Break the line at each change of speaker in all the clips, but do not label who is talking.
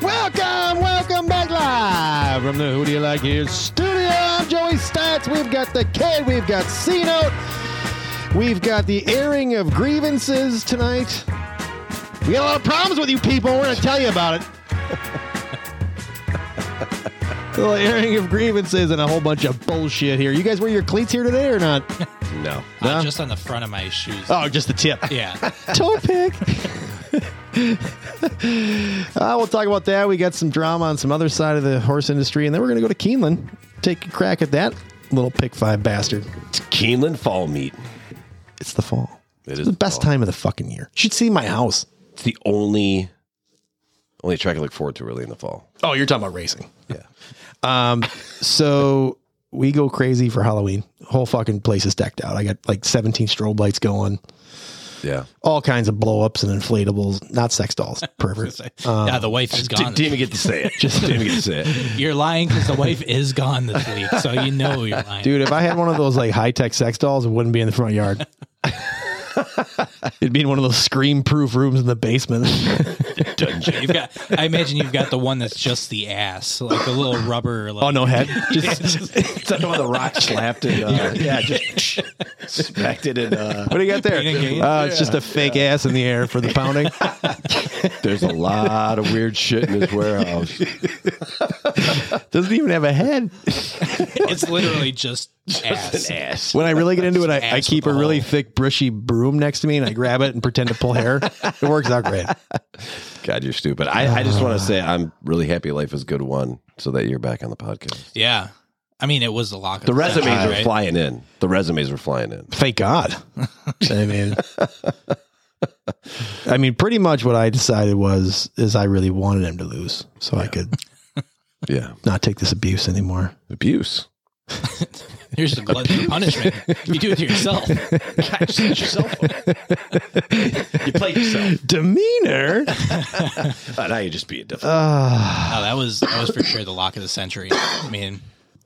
Welcome, welcome back live from the Who Do You Like Here studio. I'm Joey Stats. We've got the kid. We've got C Note. We've got the airing of grievances tonight. We got a lot of problems with you people. We're going to tell you about it. a little airing of grievances and a whole bunch of bullshit here. You guys wear your cleats here today or not?
No.
No?
Uh, just on the front of my shoes.
Oh, just the tip.
Yeah.
toe pick. uh, we'll talk about that. We got some drama on some other side of the horse industry, and then we're going to go to Keeneland, take a crack at that little pick five bastard.
It's Keeneland Fall Meet.
It's the fall.
It
it's
is
the
the
best
fall.
time of the fucking year. You should see my house.
It's the only only track I look forward to really in the fall.
Oh, you're talking about racing.
Yeah.
Um, so we go crazy for Halloween. Whole fucking place is decked out. I got like 17 strobe lights going,
Yeah.
all kinds of blow ups and inflatables, not sex dolls, pervert.
yeah, the wife is
Uh, D-
gone.
didn't even get to say it. Just didn't even get to say it.
you're lying because the wife is gone this week, so you know you're lying.
Dude, if I had one of those like high tech sex dolls, it wouldn't be in the front yard. It'd be in one of those scream proof rooms in the basement.
You've got. I imagine you've got the one that's just the ass, like a little rubber. Like,
oh no head. Just
Something on the rock slapped it. Uh, yeah, just smacked it. And, uh,
what do you got there?
Peanut galleon?
Uh, it's just a fake ass in the air for the pounding.
there's a lot of weird shit in this warehouse.
Doesn't even have a head.
It's literally just, ass.
An ass.
When I really get into it, I, I
Ass
keep a
with a
really
hole.
thick brushy broom next to me and I grab it and pretend to pull hair. It works out great.
God, you're stupid. I, I just want to say I'm really happy life is good one so that you're back on the podcast.
Yeah. I mean, it was the lock.
The resumes
are
were flying in. The resumes were flying in.
Thank God. I mean, I mean, pretty much what I decided was is I really wanted him to lose so I could
Yeah.
not take this abuse anymore.
Abuse.
Here's the blood punishment. You do it to yourself.
You play yourself.
Demeanor.
Uh, now you're just being different.
Ah.
Oh, that was that was for sure the lock of the century. I mean,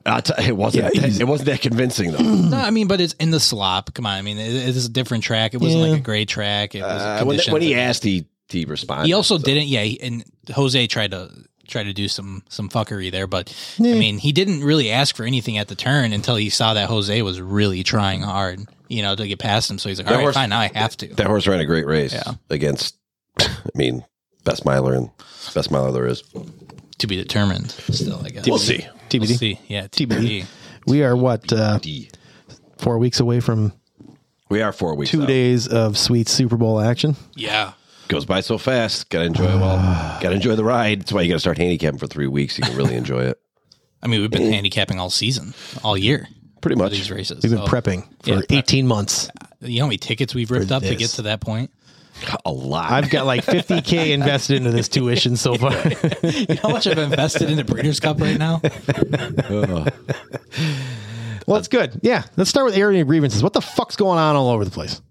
I'll tell- it wasn't.
Yeah, he's-
it wasn't that convincing though.
no, I mean, but it's in the slop. Come on, I mean, it, it is a different track. It wasn't like a great track. It was
Uh, when,
conditions
when he
that-
asked, he he responded.
He also didn't. Yeah, he- and Jose tried to try to do some some fuckery there, but I mean, he didn't really ask for anything at the turn until he saw that Jose was really trying hard, you know, to get past him. So he's like, "All right,
horse-
fine, now I have to."
that horse ran a great race
Yeah.
against. I mean, best miler and best miler there is.
to be determined. Still, I guess
We'll see.
We'll
TBD.
see. Yeah, TBD.
We are what uh, four weeks away from
We are four weeks.
two
out.
days of sweet Super Bowl action.
Yeah.
goes by so fast. Got to enjoy it. Well, got to enjoy the ride. That's why you got to start handicapping for three weeks. You can really enjoy it.
I mean, we've been handicapping all season, all year.
Pretty
for These
much.
races.
We've been
So,
prepping for
Yeah, prep.
18 months.
You know how many tickets we've ripped
for
up to
this.
get to that point?
A lot.
I've got like 50K invested into this tuition so far.
You know how much I've invested in the Breeders' Cup right now?
well, it's good. Yeah. Let's start with area grievances. What the fuck's going on all over the place?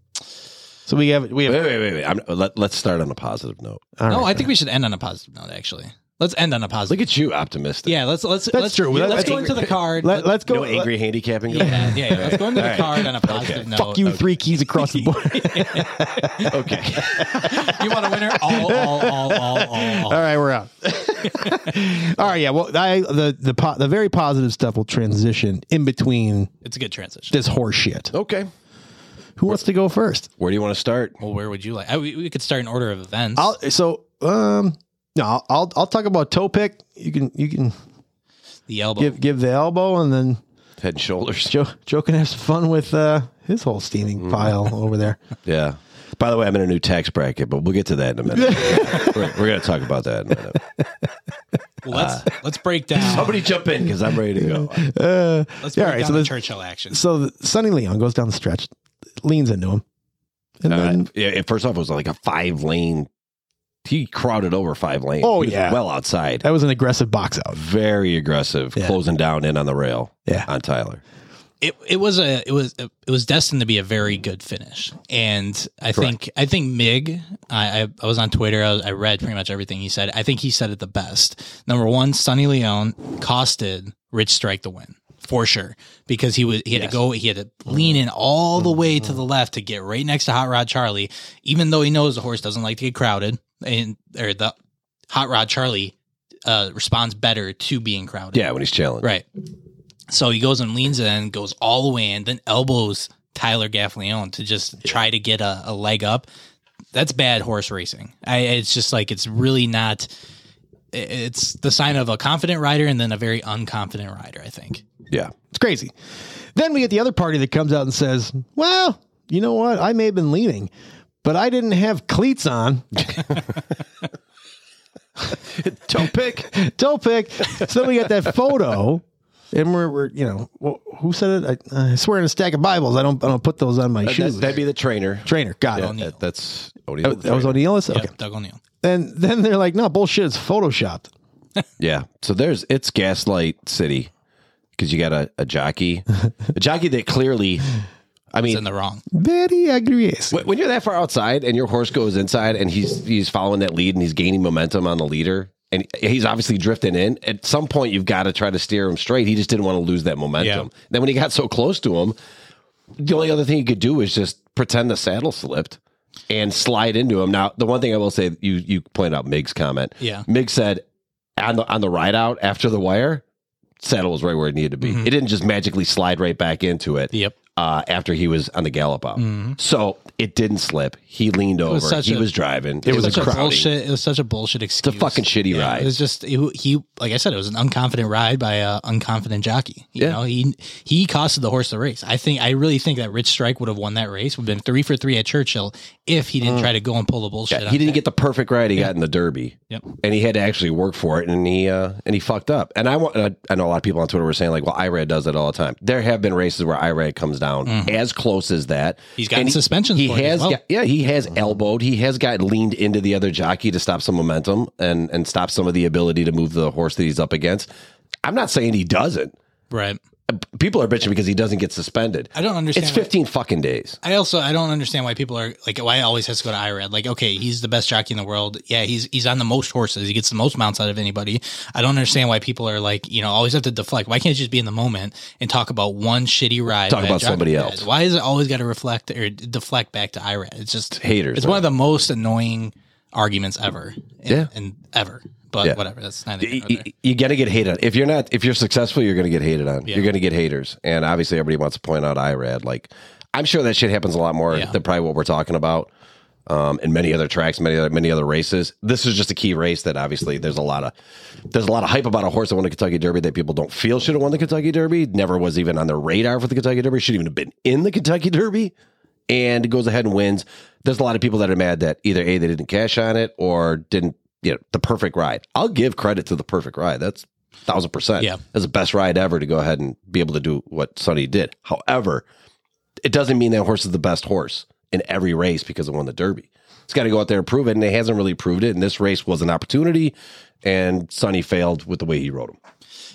So we have, we have,
wait, wait, wait, wait. I'm, let, let's start on a positive note.
all
no,
right.
I think we should end on a positive note. Actually, let's end on a positive.
Look at you, optimistic.
Yeah, let's let's let's,
true.
Let's,
That's
go
angry.
into the card.
Let,
Let-
let's go.
No angry handicapping.
yeah, yeah, yeah. Let's go into the card on a positive note.
Fuck you, three keys across the board.
Okay.
You want a winner? All, all, all, all, all. all.
All right, we're out. All right, yeah. Well, I, the the po- the very positive stuff will transition in between
It's a good transition.
this horse shit.
okay.
Who wants to go first?
Where do you want to start?
Well, where would you like? I, we, we could start an order of events.
I'll so um no, I'll I'll, I'll talk about toe pick. You can you can
the elbow.
give give the elbow and then
Head and shoulders.
Joe Joe can have some fun with uh his whole steaming pile over there.
Yeah. By the way, I'm in a new tax bracket, but we'll get to that in a minute. we're we're going to talk about that in a minute.
uh,
well, let's let's break down.
Somebody jump in because I'm ready to go.
let's
Yeah,
break
all right,
down
so
the
this-
Churchill action.
Uh, So the, Sonny Leon goes down the stretch, leans into him, and then
Uh, yeah, at first off, it was like a five lane. He crowded over five lanes.
Oh,
He was
yeah.
well outside.
that was an aggressive box out.
Very aggressive,
Yeah.
closing down in on the rail.
Yeah.
on Tyler.
it it was a it was a, it was destined to be a very good finish, and I think I think Mig, I I, I was on Twitter, I, was- I read pretty much everything he said. I think he said it the best. Number one, Sonny Leone costed Rich Strike the win for sure because he was he had to go he had to lean in all the way to the left to get right next to Hot Rod Charlie, even though he knows the horse doesn't like to get crowded and or the Hot Rod Charlie uh, responds better to being crowded.
Yeah, when he's challenged.
Right. So he goes and leans in, goes all the way in, then elbows Tyler Gaffleon to just try to get a, a leg up. That's bad horse racing. I, it's just like it's really not. i- It's the sign of a confident rider and then a very unconfident rider. I think.
Yeah.
It's crazy. Then we get the other party that comes out and says, Well, you know what? I may have been leaning, but I didn't have cleats on.
Toe pick.
Toe pick. So then we got that photo. And we're, we're you know, wh- who said it? I, I swear in a stack of Bibles, I don't, I don't put those on my shoes.
Uh, That, would be the trainer.
Trainer, got
Yeah,
it. Oh,
that, that's O'Neal.
That, that was O'Neill. Okay.
Yep, Doug O'Neill.
Then, then they're like, no, bullshit, it's photoshopped.
Yeah. So there's it's Gaslight City because you got a, a jockey, a jockey that clearly, I
It's
mean,
in the wrong.
Very agrees.
When- When you're that far outside and your horse goes inside and he's he's following that lead and he's gaining momentum on the leader and he's obviously drifting in, at some point you've got to try to steer him straight. He just didn't want to lose that momentum. Then when he got so close to him, the only other thing he could do was just pretend the saddle slipped and slide into him. Now, the one thing I will say, you you pointed out Mig's comment.
Yeah.
Mig said on the on the ride out after the wire, saddle was right where it needed to be. It didn't just magically slide right back into it
Yep.
uh, after he was on the gallop out. So it didn't slip. He leaned over.
Mm-hmm. was such
he
a-
was driving. It,
It
was,
was such
a
a
crowding.
bullshit. It was such a bullshit excuse.
fucking shitty
Yeah,
ride.
It was just it, he, like I said, it was an unconfident ride by a unconfident jockey. You
Yeah.
know, he he costed the horse the race. I think I really think that Rich Strike would have won that race. Would have been three for three at Churchill if he didn't try to go and pull the bullshit.
Mm. He didn't get the perfect ride he got in the Derby.
Yep.
And he had to actually work for it, and he uh, and he fucked up. And I want. I know a lot of people on Twitter were saying like, "Well, Irad does it all the time." There have been races where Irad comes down as close as that.
Mm-hmm. He's gotten
And he-
suspensions
He
for it as
has.
well.
got- yeah, he has elbowed. He has got leaned into the other jockey to stop some momentum and and stop some of the ability to move the horse that he's up against. I'm not saying he doesn't.
right.
people are bitching because he doesn't get suspended.
I don't understand
It's
why-
15 fucking days.
I also I don't understand why people are like why it always has to go to IRAD. Like, okay, he's the best jockey in the world. Yeah, he's he's on the most horses. He gets the most mounts out of anybody. I don't understand why people are like, you know, always have to deflect. Why can't you just be in the moment and talk about one shitty ride?
Talk
by a
about
jockey?
somebody
Yeah,
else.
Why is it always got to reflect or deflect back to IRAD? It's just
haters,
It's one of the most annoying arguments ever. And,
Yeah.
and ever. But
Yeah.
whatever. That's neither. here
You,
nor there.
you, you got to get hated on. If you're not, if you're successful, you're going to get hated on.
Yeah.
You're going to get haters. And obviously, everybody wants to point out IRAD. Like, I'm sure that shit happens a lot more
Yeah.
than probably what we're talking about. Um, in many other tracks, many other many other races. This is just a key race that obviously there's a lot of there's a lot of hype about a horse that won the Kentucky Derby that people don't feel should have won the Kentucky Derby. Never was even on their radar for the Kentucky Derby. Shouldn't even have been in the Kentucky Derby. and it goes ahead and wins. There's a lot of people that are mad that either a they didn't cash on it or didn't you know the perfect ride. I'll give credit to the perfect ride. That's thousand percent.
Yeah.
that's the best ride ever to go ahead and be able to do what Sonny did. However, it doesn't mean that horse is the best horse in every race because it won the Derby. It's got to go out there and prove it, and it hasn't really proved it. And this race was an opportunity, and Sonny failed with the way he rode him.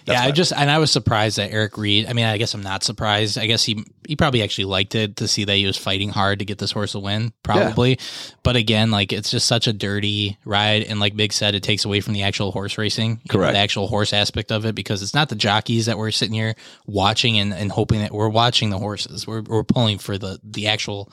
yeah, I just and I was surprised that Eric Reed. I mean, I guess I'm not surprised. I guess he he probably actually liked it to see that he was fighting hard to get this horse a win, probably. But again, like it's just such a dirty ride, and like Big said, it takes away from the actual horse racing, you know,
Correct.
the actual horse aspect of it, because it's not the jockeys that we're sitting here watching and, and hoping that we're watching the horses. We're we're pulling for the the actual.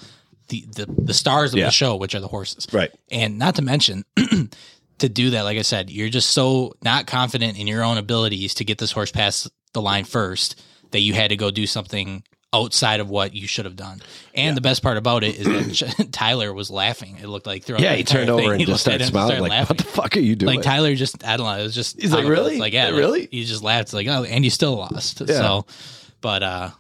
The, the, the stars of
Yeah.
the show, which are the horses.
Right.
And not to mention, to do that, like I said, you're just so not confident in your own abilities to get this horse past the line first that you had to go do something outside of what you should have done. And the best part about it is that Tyler was laughing. It looked like throughout
Yeah,
the
he
entire
turned over
thing,
and
he
just
looked at
started
him
smiling
and
like, "What the fuck are you doing?"
like Tyler just I don't know. It was just
He's like,
I don't know,
"Really?
it's Like yeah,
Like,
like,
really?"
He just laughed. It's like oh, and you still lost. So, but uh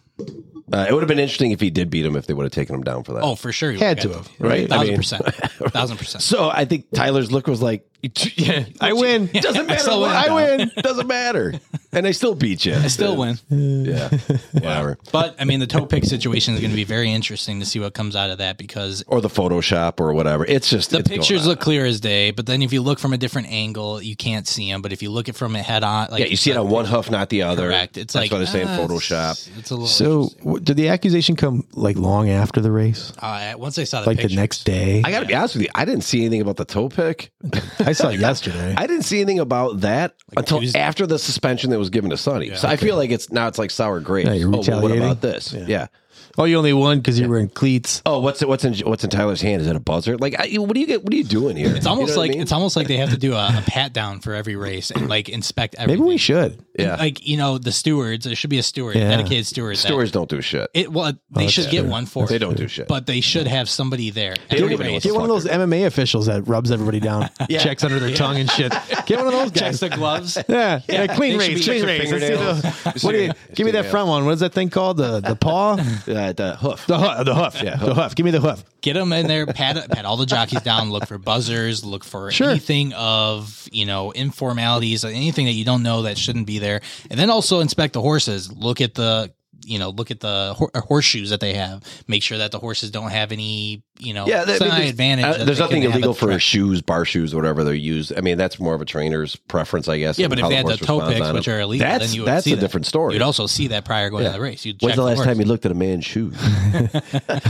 Uh, it would have been interesting if he did beat him if they would have taken him down for that.
oh for sure he
Had
would've
to
got
have,
the-
right? I
Thousand
mean-
percent, thousand percent.
So I think Tyler's look was like, yeah,
I win.
Doesn't matter.
still
what-
win,
I
pal.
win. Doesn't matter. And I still beat you. I
Still win.
Yeah. Whatever.
But I mean, the toe pick situation is going to be very interesting to see what comes out of that because
Or the Photoshop or whatever. It's just
the
it's going
pictures
on.
look clear as day. But then if you look from a different angle, you can't see them. But if you look it from a head on, like
Yeah, you see it on one hoof, not the other.
correct, it's
That's
like
why they're saying
ah, it's-
Photoshop.
It's a little
So,
so.
w- did the accusation come like long after the race?
Uh, once I saw the
Like
pictures,
the next day?
I got to be honest with you. I didn't see anything about the toe pick.
I saw it yesterday.
I didn't see anything about that until
Tuesday.
after the suspension that was given to Sonny. so I feel like it's now it's like sour grapes.
Yeah, you're
oh, well, what
retaliating.
about this? Yeah.
Oh, you only won because you were in cleats.
Oh, what's what's in what's in Tyler's hand? Is it a buzzer? Like, I, what do you get? What are you doing here?
It's almost like it's almost like they have to do a, a pat down for every race and like inspect everything.
Maybe we should.
yeah.
like you know the stewards. There should be a steward,
Yeah.
dedicated steward. that-
Stewards don't do shit.
It well,
Oh,
they should get one for
They
it,
don't do shit.
but they should have somebody there. They
don't even know
Get one of those MMA officials that rubs everybody down, checks under their tongue and shit. Get one of those guys.
checks the gloves.
Yeah, yeah, clean
They should
race, clean
be- Check
race. Let's see
fingernails.
the- what do you, give me that front one. What is that thing called? The the paw,
uh, the hoof.
the hoof, the hoof. Yeah, the hoof. Give me the hoof.
Get them in there, pat pat all the jockeys down. Look for buzzers. Look for
Sure.
anything of you know informalities, anything that you don't know that shouldn't be there, and then also inspect the horses. Look at the you know look at the hor- uh, horseshoes that they have. Make sure that the horses don't have any you know
Yeah, that- I mean,
side
there's-
advantage.
uh,
that
there's
they can
nothing
have
illegal
at the
for
track.
shoes, bar shoes, whatever they're used. I mean, that's more of a trainer's preference, I guess.
Yeah,
and
but if
how
they had the
horse
toe
responds
picks,
on
which
it.
are illegal,
that's
then you would
that's
see
a
that.
different story.
You'd also see that prior going to the race. You'd
When's
check
the last
horse.
time you looked at a man's shoes?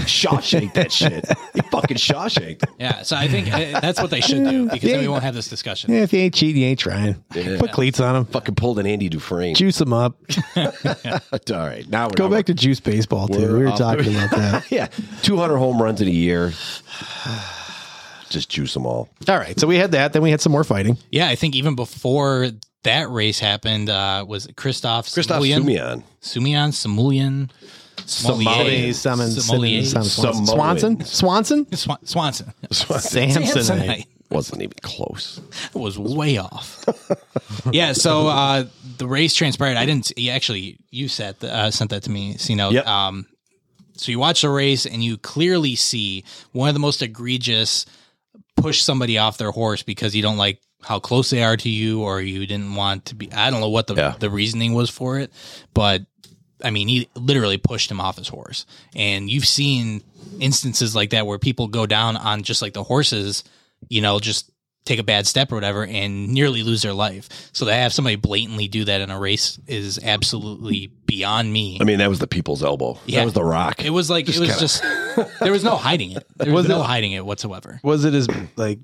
Shawshank that shit. You fucking Shawshank.
Yeah, so I think uh, that's what they should do because then we won't have this discussion.
Yeah, if you ain't cheating, you ain't trying. Put cleats on them.
Fucking pulled an Andy Dufresne.
Juice them up.
All right, now we're
Go
now
back to juice baseball too. we were
off.
talking about that.
we're- yeah, 200 home runs in a year. Just juice them all.
All right, so we had that. Then we had some more fighting.
Yeah, I think even before that race happened, uh, was it Christoph
Christoph Sumian.
Sumian, Simulian, Sommelier,
Somali, Simon,
Sommelier,
Simon, Simon, Swanson,
Samoan.
Swanson,
Swan- Swanson.
Samsonite.
Samsonite
Wasn't even close.
was way off. yeah, so uh, the race transpired. I didn't you actually. You sent th- uh, sent that to me, so you know.
Yep.
Um, so you watch the race and you clearly see one of the most egregious push somebody off their horse because you don't like how close they are to you or you didn't want to be I don't know what the
Yeah.
the reasoning was for it, but I mean he literally pushed him off his horse. And you've seen instances like that where people go down on just like the horses, you know, just take a bad step or whatever and nearly lose their life. So to have somebody blatantly do that in a race is absolutely beyond me.
I mean, that was the people's elbow.
Yeah.
That was the rock.
it was like it was just there was no hiding it. There was,
Was
no
it-
hiding it whatsoever.
Was it his like?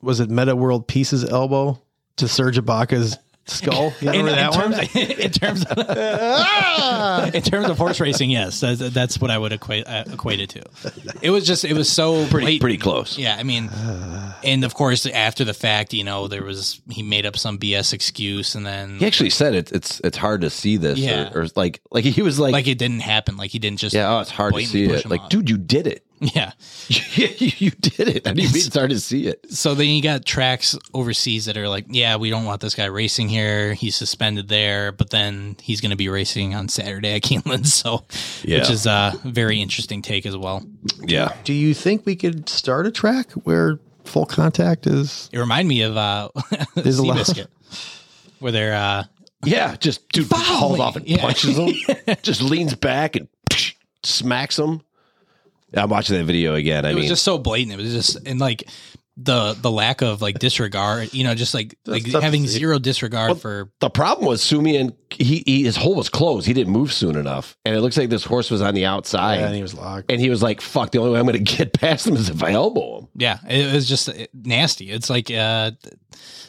Was it Meta World Peace's elbow to Serge Ibaka's skull? You remember
in,
that
in
one? Ah!
terms in terms of, in terms of horse racing, yes, that's, that's what I would equate uh, equate it to. It was just it was so
pretty,
blatant.
pretty close.
Yeah, I mean, and of course after the fact, you know, there was he made up some BS excuse, and then
He actually said it, it's it's hard to see this, or-
Yeah.
or, like like he was like,
like it didn't happen, like he didn't just
yeah, oh, it's hard to
blatantly
see
push
it.
him
Like,
off.
dude, you did it.
yeah.
you, you did it. I mean, it's hard to see it.
So then you got tracks overseas that are like, yeah, we don't want this guy racing here. He's suspended there, but then he's going to be racing on Saturday at Keeneland. So, which
Yeah.
is a very interesting take as well.
Yeah,
Do you think we could start a track where full contact is?
It reminded me of uh,
There's a lot-
Seabiscuit, where they're uh,
yeah. Just dude just
Foul
hauls
me.
off and
Yeah.
punches him. just leans back and smacks him. I'm watching that video again. I
it was
mean,
just so blatant. It was just and like the the lack of like disregard, you know, just like like
tough to
having
see.
zero disregard for
the problem was Sumian. He, he his hole was closed. He didn't move soon enough, and it looks like this horse was on the outside.
and he was locked.
and he was like, "Fuck! The only way I'm going to get past him is if I elbow him."
yeah. It was just uh, nasty. It's like uh, th-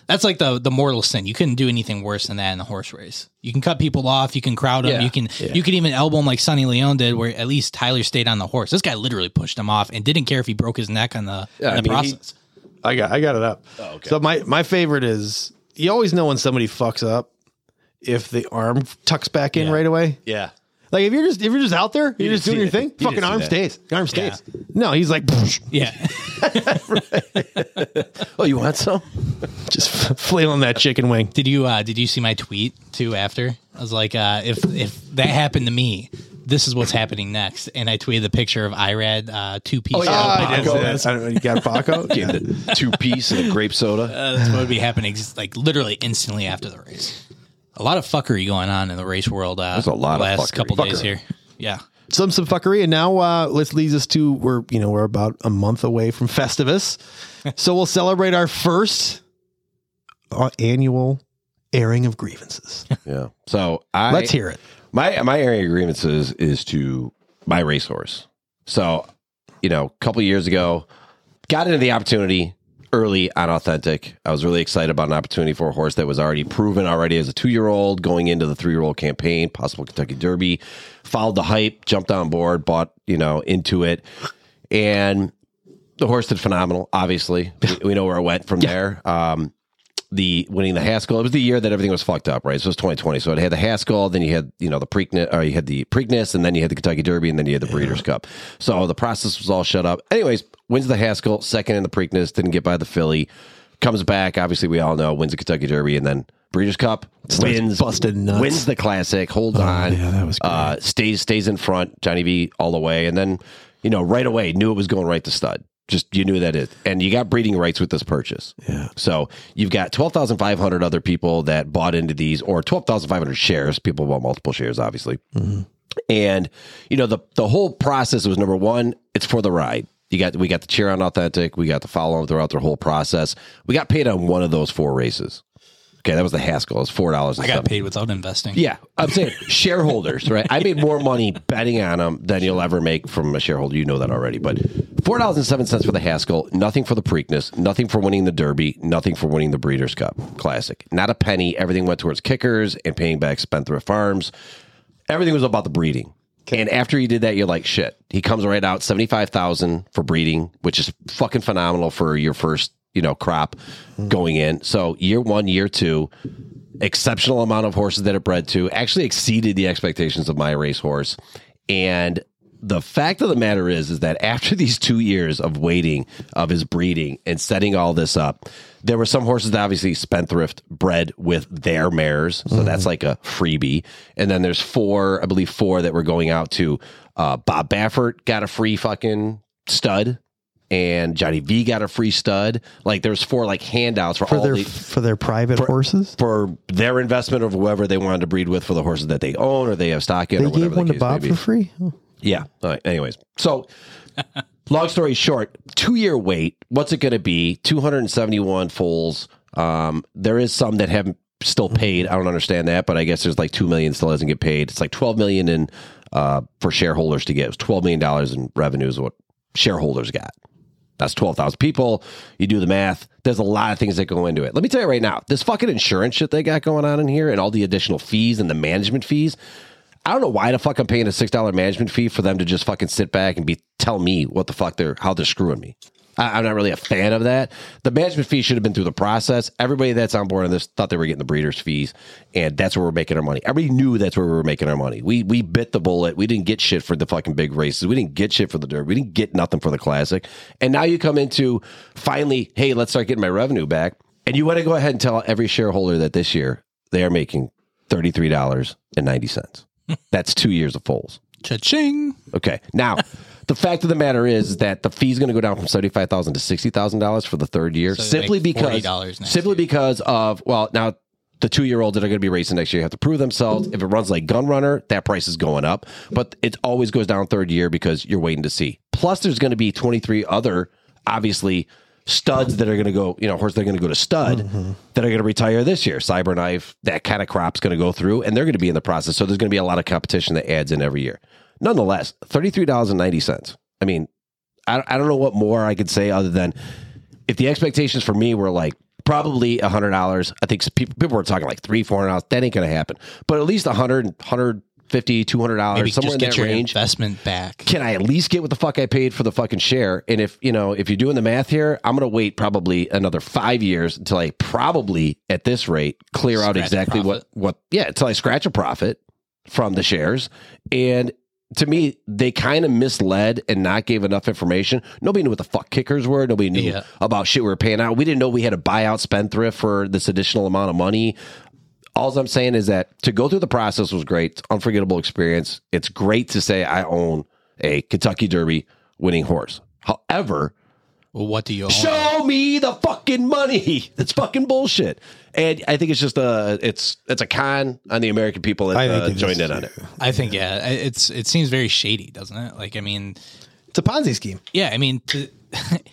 that's like the the mortal sin. You couldn't do anything worse than that in a horse race. You can cut people off. You can crowd them.
Yeah.
You can you can even elbow them like Sonny Leone did, where at least Tyler stayed on the horse. This guy literally pushed him off and didn't care if he broke his neck on the,
Yeah,
in
I
the
mean, he-
process.
I got I got it up.
okay.
So my my favorite is you always know when somebody fucks up if the arm tucks back in right away.
Yeah,
Like if you're just if you're just out there, you're just doing
see
your
that.
thing.
You
fucking
didn't see
arm
that.
stays. Arm stays. No, he's like
yeah.
Oh, you want some?
just flailing that chicken wing.
Did you uh, did you see my tweet too? After I was like, uh, if if that happened to me, this is what's happening next. And I tweeted the picture of Irad uh, two piece.
yeah.
out of
Oh, I
Paco.
did see that.
I don't- you got Paco?
Gave him the two piece and a grape soda.
Uh, that's what would be happening, ex- like literally instantly after the race. A lot of fuckery going on in the race world. Uh, There's
a lot of
last
fuckery.
couple days
Fucker.
here. Yeah,
some some fuckery, and now uh, this leads us to we're you know we're about a month away from Festivus, so we'll celebrate our first uh, annual airing of grievances.
Yeah. So I
Let's hear it.
my my area of grievances is to my racehorse. So, you know, a couple years ago, got into the opportunity early on authentic. I was really excited about an opportunity for a horse that was already proven already as a two year old going into the three year old campaign, possible Kentucky Derby. Followed the hype, jumped on board, bought you know into it, and the horse did phenomenal. Obviously, we, we know where it went from there. Um, the winning the Haskell. It was the year that everything was fucked up, right? So it was 2020. So it had the Haskell, then you had you know the Preakness, or you had the Preakness, and then you had the Kentucky Derby, and then you had the Breeders' Cup. So the process was all shut up. Anyways, wins the Haskell, second in the Preakness, didn't get by the Philly, comes back. Obviously, we all know wins the Kentucky Derby, and then Breeders' Cup wins,
busting nuts.
wins the Classic, holds on,
Oh, yeah, that was
uh, stays stays in front, Johnny V all the way, and then you know right away knew it was going right to stud. Just you knew that it, and you got breeding rights with this purchase.
Yeah.
So you've got 12,500 other people that bought into these or 12,500 shares. People bought multiple shares, obviously.
Mm-hmm.
And, you know, the, the whole process was number one, it's for the ride. You got, we got the cheer on authentic. We got the follow on throughout their whole process. We got paid on one of those four races. Okay. That was the Haskell. It's $4.
I got paid without investing.
Yeah, I'm saying shareholders, right? I made more money betting on them than you'll ever make from a shareholder. You know that already. But four dollars and seven cents for the Haskell, nothing for the Preakness, nothing for winning the Derby, nothing for winning the Breeders' Cup Classic. Not a penny. Everything went towards kickers and paying back Spendthrift Farms. Everything was about the breeding. And after he did that, you're like, shit. He comes right out seventy five thousand for breeding, which is fucking phenomenal for your first, you know, crop going in. So year one, year two, exceptional amount of horses that it bred to actually exceeded the expectations of my racehorse. And the fact of the matter is, is that after these two years of waiting, of his breeding and setting all this up, there were some horses that obviously spendthrift bred with their mares. So
Mm-hmm.
that's like a freebie. And then there's four, I believe four that were going out to uh, Bob Baffert got a free fucking stud. And Johnny V got a free stud. Like there's four like handouts for,
for
all
their
the,
for their private horses.
for their investment of whoever they wanted to breed with for the horses that they own or they have stock in
They
or whatever
gave one
the
to
case
Bob
may be.
for free. Oh.
Yeah. All right. Anyways, so long story short, two year wait. What's it going to be? Two hundred and seventy one foals. Um, there is some that haven't still paid. I don't understand that, but I guess there's like two million still doesn't get paid. It's like twelve million in uh, for shareholders to get. It was twelve million dollars in revenues. What shareholders got? That's 12,000 people. You do the math. There's a lot of things that go into it. Let me tell you right now, this fucking insurance shit they got going on in here and all the additional fees and the management fees. I don't know why the fuck I'm paying a six dollar management fee for them to just fucking sit back and be tell me what the fuck they're how they're screwing me. I, I'm not really a fan of that. The management fee should have been through the process. Everybody that's on board on this thought they were getting the breeders' fees, and that's where we're making our money. Everybody knew that's where we were making our money. We we bit the bullet. We didn't get shit for the fucking big races. We didn't get shit for the derby. We didn't get nothing for the classic. And now you come into finally, hey, let's start getting my revenue back. And you want to go ahead and tell every shareholder that this year they are making thirty three dollars and ninety cents. That's two years of foals.
Cha-ching.
Okay. Now, the fact of the matter is that the fee's going to go down from seventy five thousand to sixty thousand dollars for the third year,
So they
simply
make
because
$40 next
simply
year.
because of well now. The two year olds that are going to be racing next year have to prove themselves. If it runs like Gun Runner, that price is going up, but it always goes down third year because you're waiting to see. Plus, there's going to be 23 other, obviously, studs that are going to go, you know, horses that are going to go to stud that are going to retire this year. Cyberknife, that kind of crop's going to go through, and they're going to be in the process. So there's going to be a lot of competition that adds in every year. Nonetheless, $33.90. I mean, I, I don't know what more I could say other than if the expectations for me were like probably a hundred dollars, I think people, people were talking like three, four hundred dollars. That ain't gonna happen. But at least a hundred, hundred fifty, two hundred
Maybe
dollars, somewhere
just
in
get
that
your
range.
investment back.
Can I at least get what the fuck I paid for the fucking share? And if you know, if you're doing the math here, I'm gonna wait probably another five years until I probably at this rate clear out
Scratch a
exactly what
profit.
what yeah until I scratch a profit from the shares and. To me, they kind of misled and not gave enough information. Nobody knew what the fuck kickers were. Nobody knew
Yeah.
about shit we were paying out. We didn't know we had to buy out Spendthrift for this additional amount of money. All I'm saying is that to go through the process was great, It's an unforgettable experience. It's great to say I own a Kentucky Derby winning horse. However,
Well, what do you own?
show me the fucking money. That's fucking bullshit. And I think it's just a it's it's a con on the American people that
I think
uh,
it is,
joined in on it.
I think yeah, I- it's it seems very shady, doesn't it? Like I mean,
It's a Ponzi scheme.
yeah, I mean to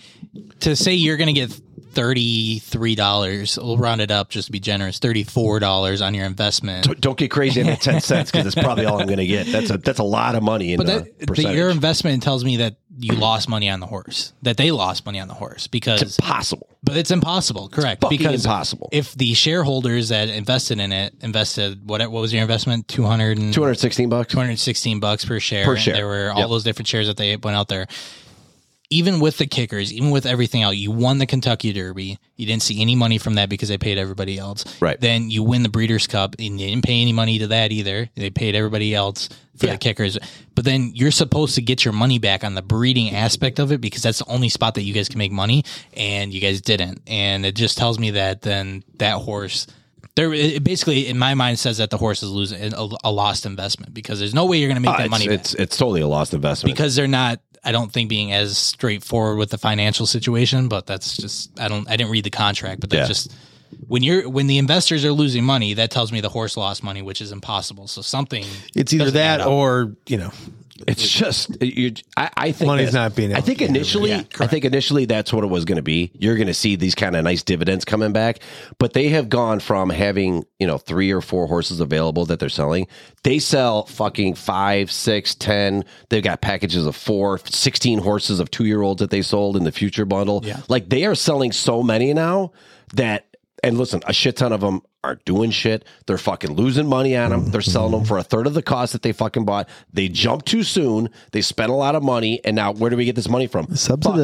to say you're going to get thirty three dollars, we'll round it up just to be generous, thirty four dollars on your investment.
But don't get crazy on the ten cents because it's probably all I'm going to get. That's a that's a lot of money in
But
the
that, that
uh, percentage.
your investment tells me that you lost money on the horse, that they lost money on the horse because
It's impossible.
But it's impossible, correct?
fucking
because
impossible.
If the shareholders that invested in it invested what what was your investment? 200 and,
216 bucks.
216 bucks per share.
Per
and
share.
There were all
Yep.
those different shares that they went out there. Even with the kickers, even with everything else, you won the Kentucky Derby. You didn't see any money from that because they paid everybody else.
Right.
Then you win the Breeders' Cup and you didn't pay any money to that either. They paid everybody else for the kickers. But then you're supposed to get your money back on the breeding aspect of it because that's the only spot that you guys can make money and you guys didn't. And it just tells me that then that horse there it it basically in my mind says that the horse is losing a, a lost investment because there's no way you're going to make
Uh,
that
it's,
money back
it's it's totally a lost investment.
because they're not I don't think being as straightforward with the financial situation, but that's just I don't I didn't read the contract, but that's
Yeah.
just when you're when the investors are losing money, that tells me the horse lost money, which is impossible. So something
It's either
doesn't add
that
up.
or you know
It's just you. I, I think
Money's
that-
not being
I think
allocated.
initially, I think initially that's what it was going to be. You're going to see these kind of nice dividends coming back, but they have gone from having you know three or four horses available that they're selling. They sell fucking five, six, ten. They've got packages of four, 16 horses of two year olds that they sold in the future bundle.
Yeah.
like they are selling so many now that. And listen, a shit ton of them aren't doing shit. They're fucking losing money on them. They're selling them for a third of the cost that they fucking bought. They jumped too soon. They spent a lot of money, and now where do we get this money from?
Subsidized.
Fuck.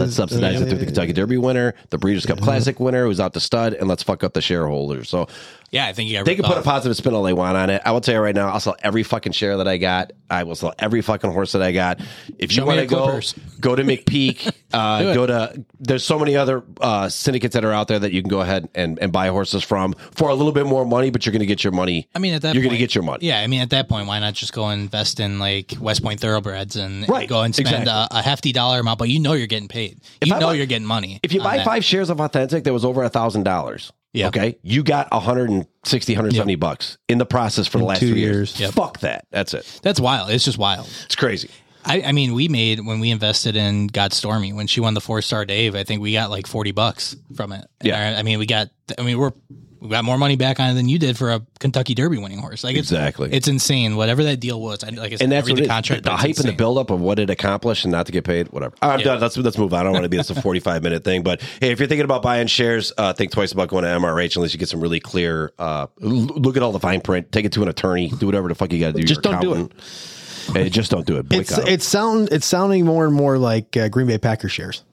Let's subsidize it through the Kentucky Derby winner, the Breeders'
Uh-huh.
Cup Classic winner, who's out to stud, and let's fuck up the shareholders. So
yeah, I think you got
they can
ripped
put a
off.
positive spin all they want on it. I will tell you right now, I'll sell every fucking share that I got. I will sell every fucking horse that I got. If you
me
want to
your
go,
Clippers.
go to McPeak. Uh, go to. There's so many other uh, syndicates that are out there that you can go ahead and, and buy horses from for a little bit more money, but you're going to get your money.
I mean, at that
you're
point-
to get your money.
Yeah, I mean, at that point, why not just go invest in like West Point Thoroughbreds and, and
Right,
go and spend
exactly.
a, a hefty dollar amount, but you know you're getting paid. you
I
know
buy-
you're getting money.
If you
on
buy
that.
five shares of Authentic, that was over a thousand dollars.
Yeah.
Okay. You got 160, 170 bucks in the process for the last
two
three
years.
years.
Yep.
Fuck that. That's it.
that's wild. It's just wild.
It's crazy.
I, I mean, we made when we invested in God Stormy when she won the four star Dave. I think we got like forty bucks from it. And
Yeah.
our- I mean, we got. I mean, we're we got more money back on it than you did for a Kentucky Derby winning horse. Like it's,
Exactly.
it's insane. Whatever that deal was, I, like I said,
and that's
I read
what it
the
is.
contract.
The,
but it's
hype and the
insane.
buildup of what it accomplished and not to get paid, whatever. All right, I'm done. Let's let's move on. I don't want to be this a 45 minute thing, but hey, if you're thinking about buying shares, uh, think twice about going to MRH unless you get some really clear. Uh, l- look at all the fine print. Take it to an attorney. Do whatever the fuck you got to do.
Just don't do
do it. Hey, just don't do it.
it's
Boycott.
it's sound it's sounding more and more like uh, Green Bay Packers shares.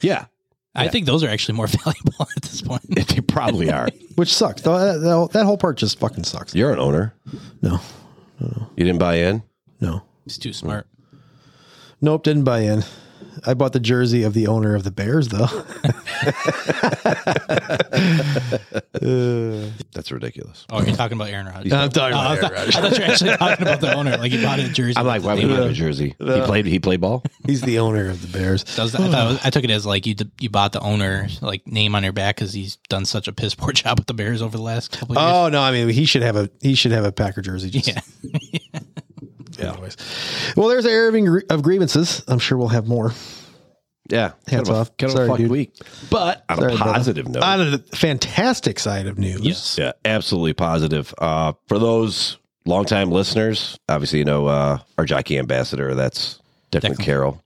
yeah,
I think those are actually more valuable at this point.
they probably are.
Which sucks. Tho- That, that, whole- that whole part just fucking sucks.
You're an owner.
No,
You didn't buy in.
no,
It's too smart.
nope. Didn't buy in. I bought the jersey of the owner of the Bears though.
That's ridiculous.
Oh, you're talking about Aaron
Uh,
Rodgers.
I'm talking
Oh, I, thought, I thought you were actually talking about the owner. Like he bought a jersey.
I'm like, why would he have a jersey? He played. He played ball.
He's the owner of the Bears.
I, was- I
Hmm.
thought it was- I took it as like you d- you bought the owner like name on your back because he's done such a piss poor job with the Bears over the last couple
Uh,
of years.
Oh no, I mean he should have a he should have a Packer jersey. Just,
Yeah.
yeah. Anyways, well, there's our airing gr- of grievances. I'm sure we'll have more.
Yeah,
Hats
kind of a-
off.
Kind of
Sorry,
a fucked
dude.
week, but on
Sorry,
a
brother.
positive note.
On a fantastic side of news,
Yes.
Yeah, absolutely positive. Uh, for those longtime listeners, obviously you know uh, our jockey ambassador. That's Declan,
Declan.
Carroll.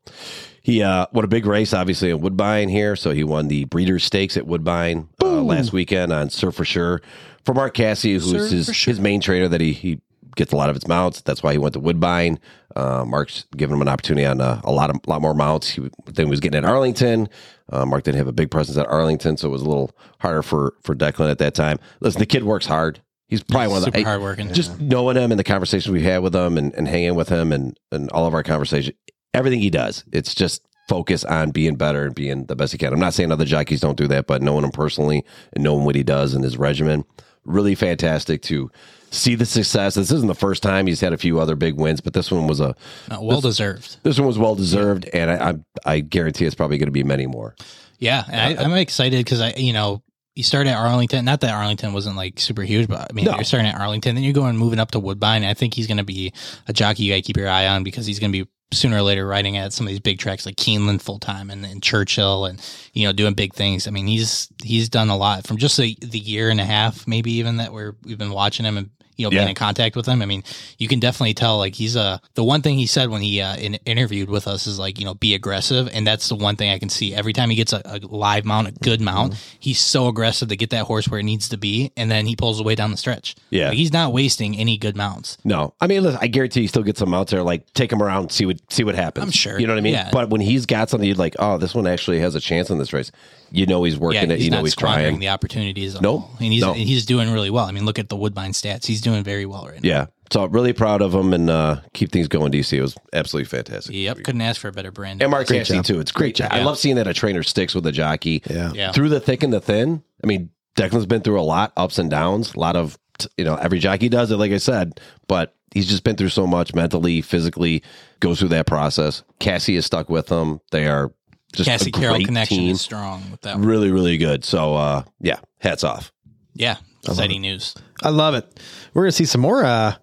He uh, won a big race, obviously in Woodbine here. So he won the Breeders' Stakes at Woodbine uh, last weekend on Surf for Sure for Mark Cassie, who's his his main trainer that he he gets a lot of his mounts. That's why he went to Woodbine. Uh, Mark's giving him an opportunity on uh, a lot of lot more mounts he, than he was getting at Arlington. Uh, Mark didn't have a big presence at Arlington, so it was a little harder for for Declan at that time. Listen, the kid works hard. He's probably one of
super
the I-
hardworking.
just knowing him and the conversations we had with him and, and hanging with him and, and all of our conversation, everything he does, it's just focus on being better and being the best he can. I'm not saying other jockeys don't do that, but knowing him personally and knowing what he does and his regimen, really fantastic to see the success. This isn't the first time he's had a few other big wins, but this one was a
Uh, well deserved.
this one was well deserved, and I I, I guarantee it's probably going to be many more.
Yeah, and I, I'm excited because I, you know, you start at Arlington. Not that Arlington wasn't like super huge, but I mean,
No.
you're starting at Arlington, then you're going moving up to Woodbine. And I think he's going to be a jockey you got to keep your eye on because he's going to be sooner or later riding at some of these big tracks like Keeneland full time and, and Churchill and you know doing big things. I mean, he's he's done a lot from just the, the year and a half, maybe even that we're we've been watching him and. you know, being
Yeah.
in contact with him. I mean, you can definitely tell like he's uh the one thing he said when he uh, in, interviewed with us is like you know be aggressive, and that's the one thing I can see every time he gets a, a live mount, a good
Mm-hmm.
mount, he's so aggressive to get that horse where it needs to be, and then he pulls away down the stretch.
Yeah.
Like, he's not wasting any good mounts.
No, I mean, listen, I guarantee you still get some out there. Like, take him around, see what see what happens.
I'm sure.
you know what I mean.
Yeah.
But when he's got something, you're like, oh, this one actually has a chance in this race. You know he's working
yeah,
it.
he's
You know
not
he's
squandering
trying.
the opportunities. at
Nope.
all. and he's
No.
he's doing really well. I mean, look at the Woodbine stats; he's doing very well right now.
yeah, so really proud of him and uh, keep things going. DC it was absolutely fantastic.
Yep, couldn't ask for a better brand.
And Mark
Great
Cassidy
job.
too. It's great. job. I love seeing that a trainer sticks with a jockey.
Yeah.
Yeah.
Through the thick and the thin. I mean, Declan's been through a lot, ups and downs, a lot of you know, every jockey does it, like I said, but he's just been through so much mentally, physically, goes through that process. Cassie is stuck with them. They are just
Cassie
a great
Carroll connection
team.
is strong with that. One.
Really, really good. So uh yeah, hats off.
Yeah, exciting news.
I love it. We're gonna see some more uh,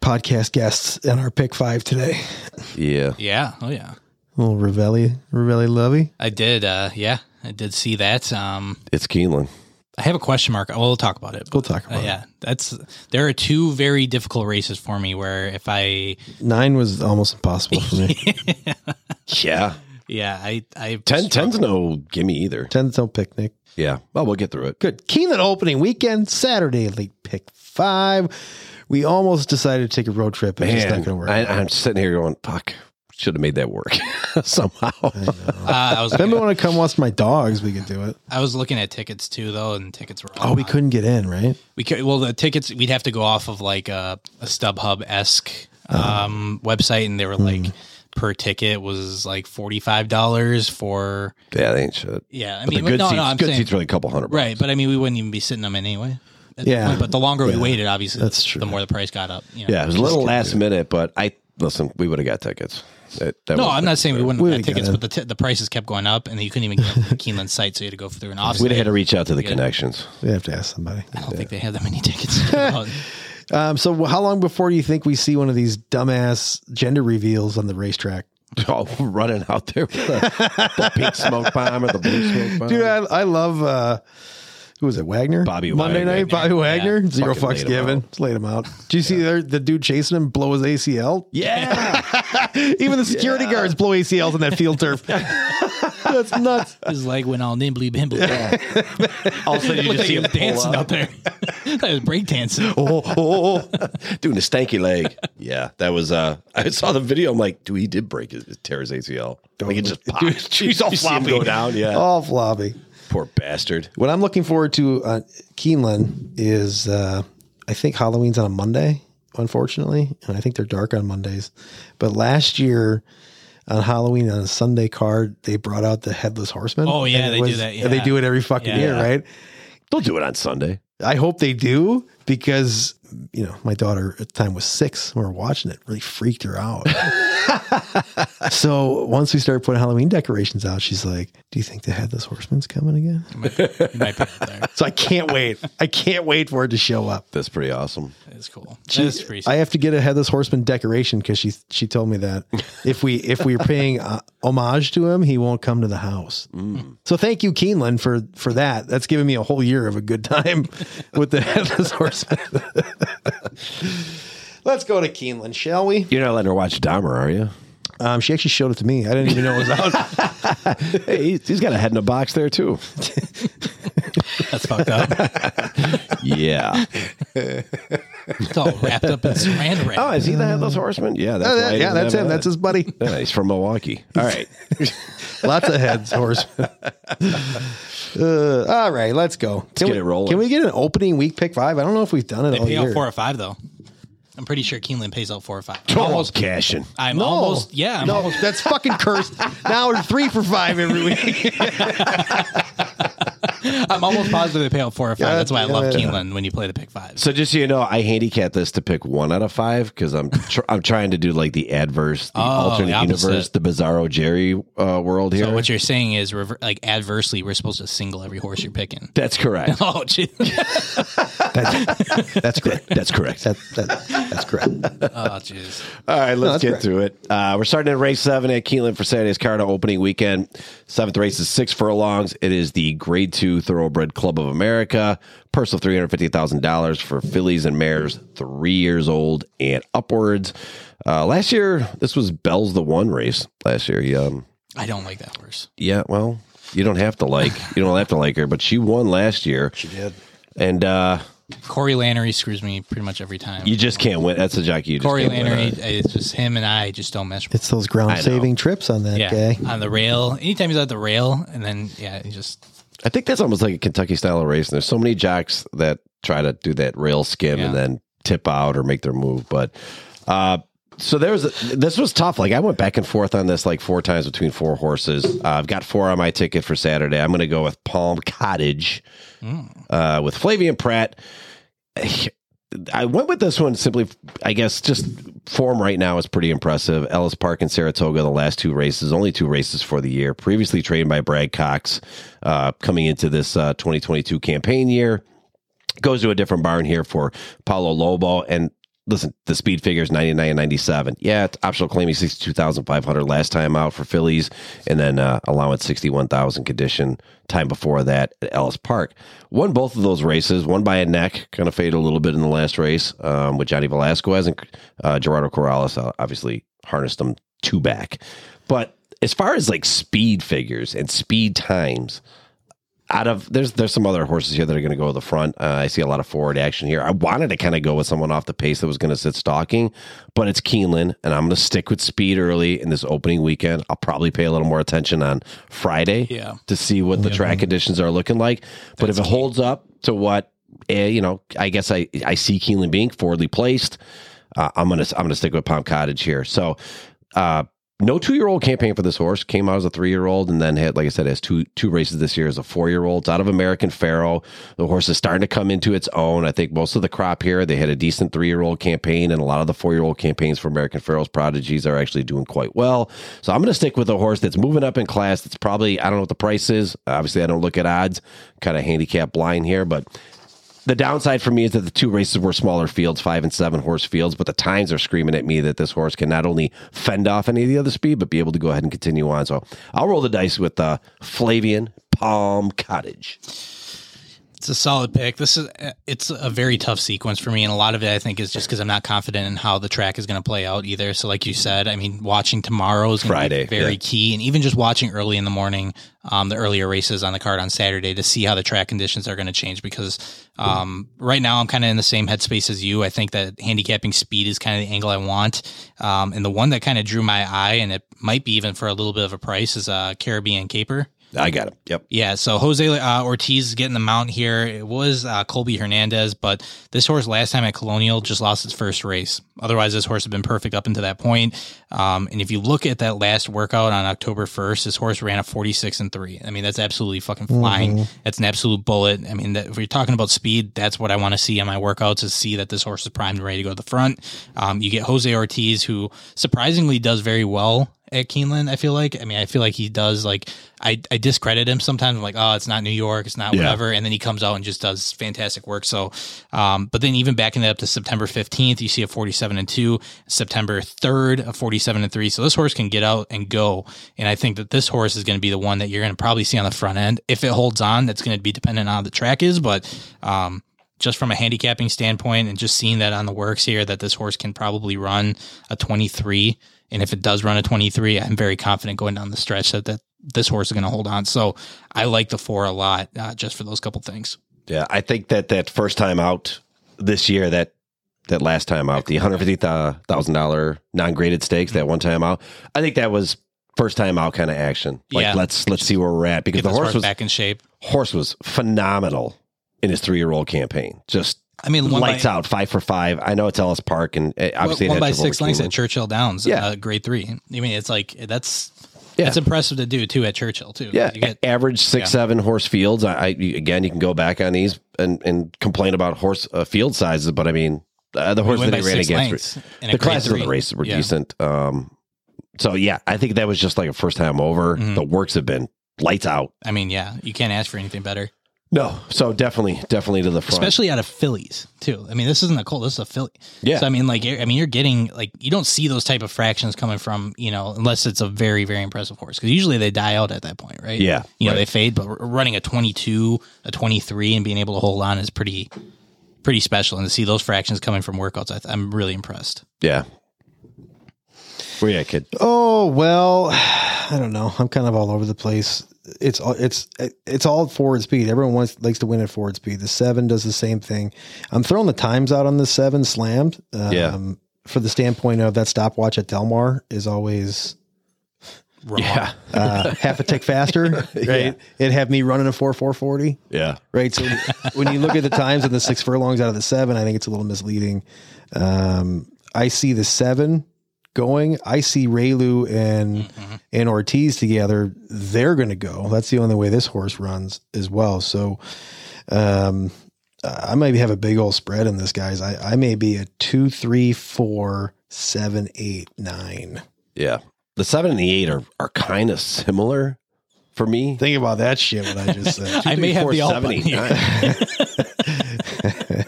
podcast guests in our pick five today.
Yeah.
Yeah, oh yeah,
little Ravelli, Ravelli Lovey.
I did. Uh, yeah, I did see that. Um,
It's Keeneland.
I have a question mark. We'll talk about it.
We'll talk
Uh,
about it.
yeah, that's there are two very difficult races for me where if I
Nine was almost impossible for me.
Yeah.
yeah I I
Ten ten's no gimme either.
Ten's no picnic.
Yeah. Well, we'll get through it.
Good. Keeneland opening weekend, Saturday, late pick five. We almost decided to take a road trip. It's just not
Man,
going to work.
I, I'm sitting here going, fuck, should have made that work somehow.
uh, I was
if anyone
looking,
want to come watch my dogs, we could do it.
I was looking at tickets too though, and tickets were
Oh, we
could.
couldn't get in, right?
We could, well, the tickets we'd have to go off of like a, a StubHub esque
Uh-huh.
um, website, and they were like
Mm.
per ticket was like forty five dollars for
Yeah, they ain't shit.
yeah. I
But
mean,
the good
no,
seats,
no, I'm
good
saying
seats are like a couple hundred.
right, but I mean, we wouldn't even be sitting them in anyway. at that
Yeah.
point, but the longer we waited, obviously,
That's true.
The more the price got up. You know?
Yeah, it was a little last minute, but I listen. We would have got tickets. That, that
No,
was-
I'm not saying we wouldn't
We
have got
would've got
tickets,
it.
but the, t- the prices kept going up, and you couldn't even get the Keeneland site, so you had to go through an office.
We'd have had
I
to reach out to the connections.
We have to ask somebody.
don't think they have that many tickets.
Um, so, how long before do you think we see one of these dumbass gender reveals on the racetrack?
Oh, running out there with the, the pink smoke bomb or the blue smoke bomb.
Dude, I, I love uh, who was it? Wagner,
Bobby
Monday
Wagner.
night, Bobby Wagner. Zero
Fucking
fucks
laid him
given.
out.
Just Laid him out. Do you see there, the dude chasing him blow his ACL?
yeah,
Even the security guards blow ACLs on that field turf. That's nuts.
His leg went all nimbly bimble.
all of a sudden you just see
He
him
was dancing
dancing
out there. that was break dancing.
Oh, oh, oh. doing the stanky leg. Yeah, that was. uh I saw the video. I'm like, dude, he did break his tear his ACL. Like it just popped. She's all floppy. Go down. Yeah,
All floppy.
poor bastard.
What I'm looking forward to on Keeneland is uh, I think Halloween's on a Monday, unfortunately, and I think they're dark on Mondays. But last year on Halloween on a Sunday card, they brought out the headless horseman.
Oh, yeah,
And it
they do that, yeah.
They do it every fucking
Yeah.
year, right?
They'll do it on Sunday.
I hope they do because you know my daughter at the time was six. When we were watching it, really freaked her out. so once we started putting Halloween decorations out, she's like, "Do you think the headless horseman's coming again?"
You might, you might put it there.
So I can't wait. I can't wait for it to show up.
That's pretty awesome.
That's cool.
She-
That's pretty.
I have to get a headless horseman decoration because she she told me that if we if we're paying uh, homage to him, he won't come to the house. So thank you, Keeneland, for for that. That's given me a whole year of a good time with the headless horseman. Let's go to Keeneland, shall we?
You're not letting her watch Dahmer, are you?
Um, she actually showed it to me. I didn't even know it was out.
Hey, he's- he's got a head in a box there too.
That's fucked up.
Yeah.
It's all wrapped up in saran wrap.
Oh, is he the headless horseman? Yeah, that's
Oh,
why
that-
he
yeah,
doesn't
that's
have a
him. That's
head.
his buddy.
Yeah, he's from Milwaukee. All right.
Lots of heads, horsemen. Uh, all right, let's go. Can
get
we,
it rolling.
Can we get an opening week pick five? I don't know if we've done it
they
all
pay out
year.
four or five though. I'm pretty sure Keeneland pays out four or five. I'm
Almost cashing.
I'm
No.
almost. Yeah. I'm
no,
almost-
that's fucking cursed. now we're three for five every week.
I'm almost positive they pay out four or five.
Yeah,
That's why I
yeah, yeah.
love Keeneland when you play the pick fives.
So just so you know, I handicap this to pick one out of five because I'm tr- I'm trying to do like the adverse, Oh, the alternate
the opposite.
universe, the bizarro Jerry uh, world here.
So what you're saying is, rever- like adversely, we're supposed to single every horse you're picking.
that's correct.
Oh, gee.
that's correct.
That's correct.
That, that, that's correct.
oh, jeez.
All right, let's
that's
get
correct.
through it. Uh, we're starting at race seven at Keeneland for Saturday's Cardo opening weekend. Seventh race is six furlongs. It is the grade two to Thoroughbred Club of America. Purse of three hundred fifty thousand dollars for fillies and mares three years old and upwards. Uh, last year, this was Bell's the one race. Last year, yeah, um,
I don't like that horse.
yeah. Well, you don't have to like you don't have to like her, but she won last year,
She did.
and uh,
Corey Lannery screws me pretty much every time.
you just can't win. That's a jockey. You just
Corey
can't win on.
Lannery, it's just him and I just don't mesh.
It's those ground saving trips on that
yeah,
guy.
on the rail. Anytime he's at the rail, and then yeah, he just
I think that's almost like a Kentucky style of race. And there's so many jocks that try to do that rail skim and
Yeah.
then tip out or make their move. But uh, so there was this was tough. Like I went back and forth on this like four times between four horses. Uh, I've got four on my ticket for Saturday. I'm going to go with Palm Cottage uh, with Flavian Pratt. I went with this one simply, I guess, just form right now is pretty impressive. Ellis Park and Saratoga, the last two races, only two races for the year. Previously trained by Brad Cox, uh, coming into this uh, 2022 campaign year, goes to a different barn here for Paulo Lobo. And listen, the speed figure is 99 and 97. Yeah, it's optional claiming 62,500 last time out for Phillies, and then uh, allowance 61,000 condition time before that at Ellis Park. Won both of those races, one by a neck, kind of faded a little bit in the last race um, with Johnny Velasquez and uh, Gerardo Corrales, uh, obviously harnessed them two back. But as far as like speed figures and speed times, out of there's there's some other horses here that are going to go to the front. Uh, I see a lot of forward action here. I wanted to kind of go with someone off the pace that was going to sit stalking, but it's Keeneland, and I'm going to stick with speed early in this opening weekend. I'll probably pay a little more attention on Friday,
Yeah.
to see what the track conditions are looking like. but if it holds up to what, eh, you know, I guess I I see Keeneland being forwardly placed. Uh, I'm gonna I'm gonna stick with Palm Cottage here. So. Uh, no two year old campaign for this horse. Came out as a three year old and then had, like I said, has two two races this year as a four year old. It's out of American Pharaoh. The horse is starting to come into its own. I think most of the crop here, they had a decent three year old campaign, and a lot of the four year old campaigns for American Pharaoh's prodigies are actually doing quite well. So I'm going to stick with a horse that's moving up in class. That's probably, I don't know what the price is. Obviously, I don't look at odds, kind of handicap blind here, but the downside for me is that the two races were smaller fields, five and seven horse fields, but the times are screaming at me that this horse can not only fend off any of the other speed, but be able to go ahead and continue on. So I'll roll the dice with uh, Flavian Palm Cottage.
it's a solid pick. This is it's a very tough sequence for me, and a lot of it I think is just because I'm not confident in how the track is going to play out either. So, like you said, I mean, watching tomorrow is gonna
Friday,
be very
yeah.
key, and even just watching early in the morning, um, the earlier races on the card on Saturday to see how the track conditions are going to change. Because um, right now I'm kind of in the same headspace as you. I think that handicapping speed is kind of the angle I want, um, and the one that kind of drew my eye, and it might be even for a little bit of a price, is uh, Caribbean Caper.
I got him. Yep.
Yeah, so Jose uh, Ortiz is getting the mount here. It was uh, Colby Hernandez, but this horse last time at Colonial just lost its first race. Otherwise, this horse had been perfect up until that point. Um, and if you look at that last workout on October 1st, this horse ran a 46 and 3. I mean, that's absolutely fucking flying. That's an absolute bullet. I mean, that, if you're talking about speed, that's what I want to see on my workouts is see that this horse is primed and ready to go to the front. Um, you get Jose Ortiz, who surprisingly does very well at Keeneland. I feel like. I mean, I feel like he does like I, I discredit him sometimes. I'm like, oh, it's not New York, it's not whatever, and then he comes out and just does fantastic work. So, um, but then even backing it up to September fifteenth, you see a forty-seven and two. September third, a forty-seven and three. So this horse can get out and go, and I think that this horse is going to be the one that you're going to probably see on the front end if it holds on. That's going to be dependent on how the track is, but. Um, just from a handicapping standpoint and just seeing that on the works here that this horse can probably run a 23 and if it does run a 23 i'm very confident going down the stretch that, that this horse is going to hold on so i like the four a lot uh, just for those couple things
Yeah. I think that that first time out this year, that that last time out, the $150,000 non graded stakes, that one time out, I think that was first time out kind of action. Like,
Yeah.
let's let's see where we're at because
get
the
this
horse
horse
was
back in shape
horse was phenomenal in his three year old campaign. Just
i mean one
lights
by,
out, five for five. I know it's Ellis Park, and uh, obviously it
one
had
by
trouble
six
with
lengths
Keeneland.
at churchill downs
Yeah.
uh, grade three i mean it's like that's
Yeah.
that's impressive to do too at churchill too
Yeah,
you get
average six seven horse fields. I, I you- again, you can go back on these and and complain about horse uh, field sizes, but I mean uh, the horse
went
that
by
he ran
six
against.
lengths in a
the
grade
classes of the
three.
race were
Yeah.
decent. Um, so yeah, I think that was
Mm-hmm.
just like a first time over. The works have been lights out.
i mean yeah you can't ask for anything better
No, so definitely, definitely to the front.
especially out of Phillies too. I mean, this isn't a Colt, this is a Philly.
Yeah.
So I mean, like, you're- I mean, you're getting like you don't see those type of fractions coming from you know unless it's a very very impressive horse because usually they die out at that point, right?
Yeah,
You know
right.
they fade, but r- running a 22, a 23, and being able to hold on is pretty pretty special. And to see those fractions coming from workouts, I th- I'm really impressed.
yeah. Well, yeah, kid.
Oh well, I don't know. I'm kind of all over the place. It's all it's it's all forward speed. Everyone wants likes to win at forward speed. The seven does the same thing. I'm throwing the times out on the seven slammed. Um,
Yeah.
For the standpoint of that stopwatch at Delmar is always
Wrong.
Yeah,
uh, half a tick faster, right? It'd have me running a four four forty,
yeah.
right? So when you look at the times and the six furlongs out of the seven, I think it's a little misleading. Um, I see the seven going. I see Raylu and and Ortiz together. They're going to go. That's the only way this horse runs as well. So, um, I might have a big old spread in this, guys. I, I may be a two, three, four, seven, eight, nine.
Yeah. The seven and the eight are, are kind of similar for me.
Think about that shit. What I just said.
I may have the all button here.
479.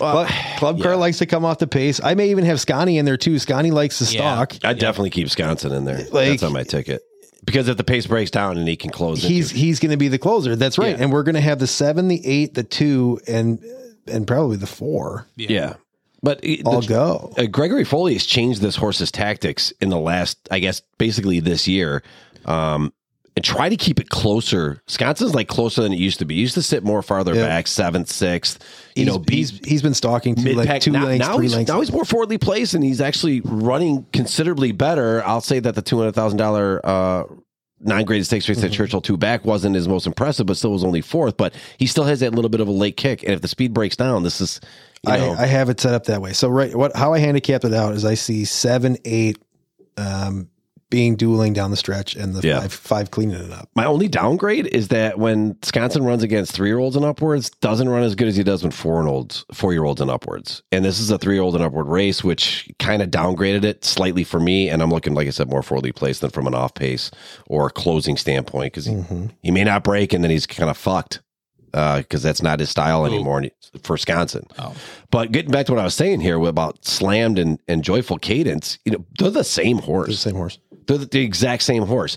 well,
But Club Car likes to come off the pace. I may even have Scotty in there too. Scotty likes to
Yeah.
stalk.
I definitely keep Sconson in there.
Like-
That's on my ticket. Because if the pace breaks down and he can close
He's
he's,
he's going to be the closer. That's right.
Yeah.
And we're going to have the seven, the eight, the two, and and probably the four
yeah. But it-
all
the-
go.
uh, Gregory Foley has changed this horse's tactics in the last, I guess, basically this year, um, and try to keep it closer. Sconsin's like closer than it used to be. It used to sit more farther
Yeah.
back, seventh, sixth. You
He's,
know, beat
he's he's been stalking two,
mid
like
pack.
two
Now,
lengths,
now
three
he's,
lengths.
now he's more forwardly placed, and he's actually running considerably better. I'll say that the two hundred thousand thousand dollar non graded stakes race
Mm-hmm.
at Churchill two back wasn't his most impressive, but still was only fourth. But he still has that little bit of a late kick, and if the speed breaks down, this is you know
I, I have it set up that way. So right, what how I handicapped it out is I see seven, eight, um, being dueling down the stretch, and the
Yeah.
five five cleaning it up.
my only downgrade is that when Sconson runs against three year olds and upwards, doesn't run as good as he does when four and olds, four year olds and upwards. And this is a three year old and upward race, which kind of downgraded it slightly for me. And I'm looking, like I said, more forwardly placed than from an off pace or closing standpoint because he, he may not break and then he's kind of fucked because that's not his style anymore and he- for Sconson.
Oh.
But getting back to what I was saying here about slammed and, and joyful cadence, you know, they're the same horse.
The same horse.
They're the, the exact same horse.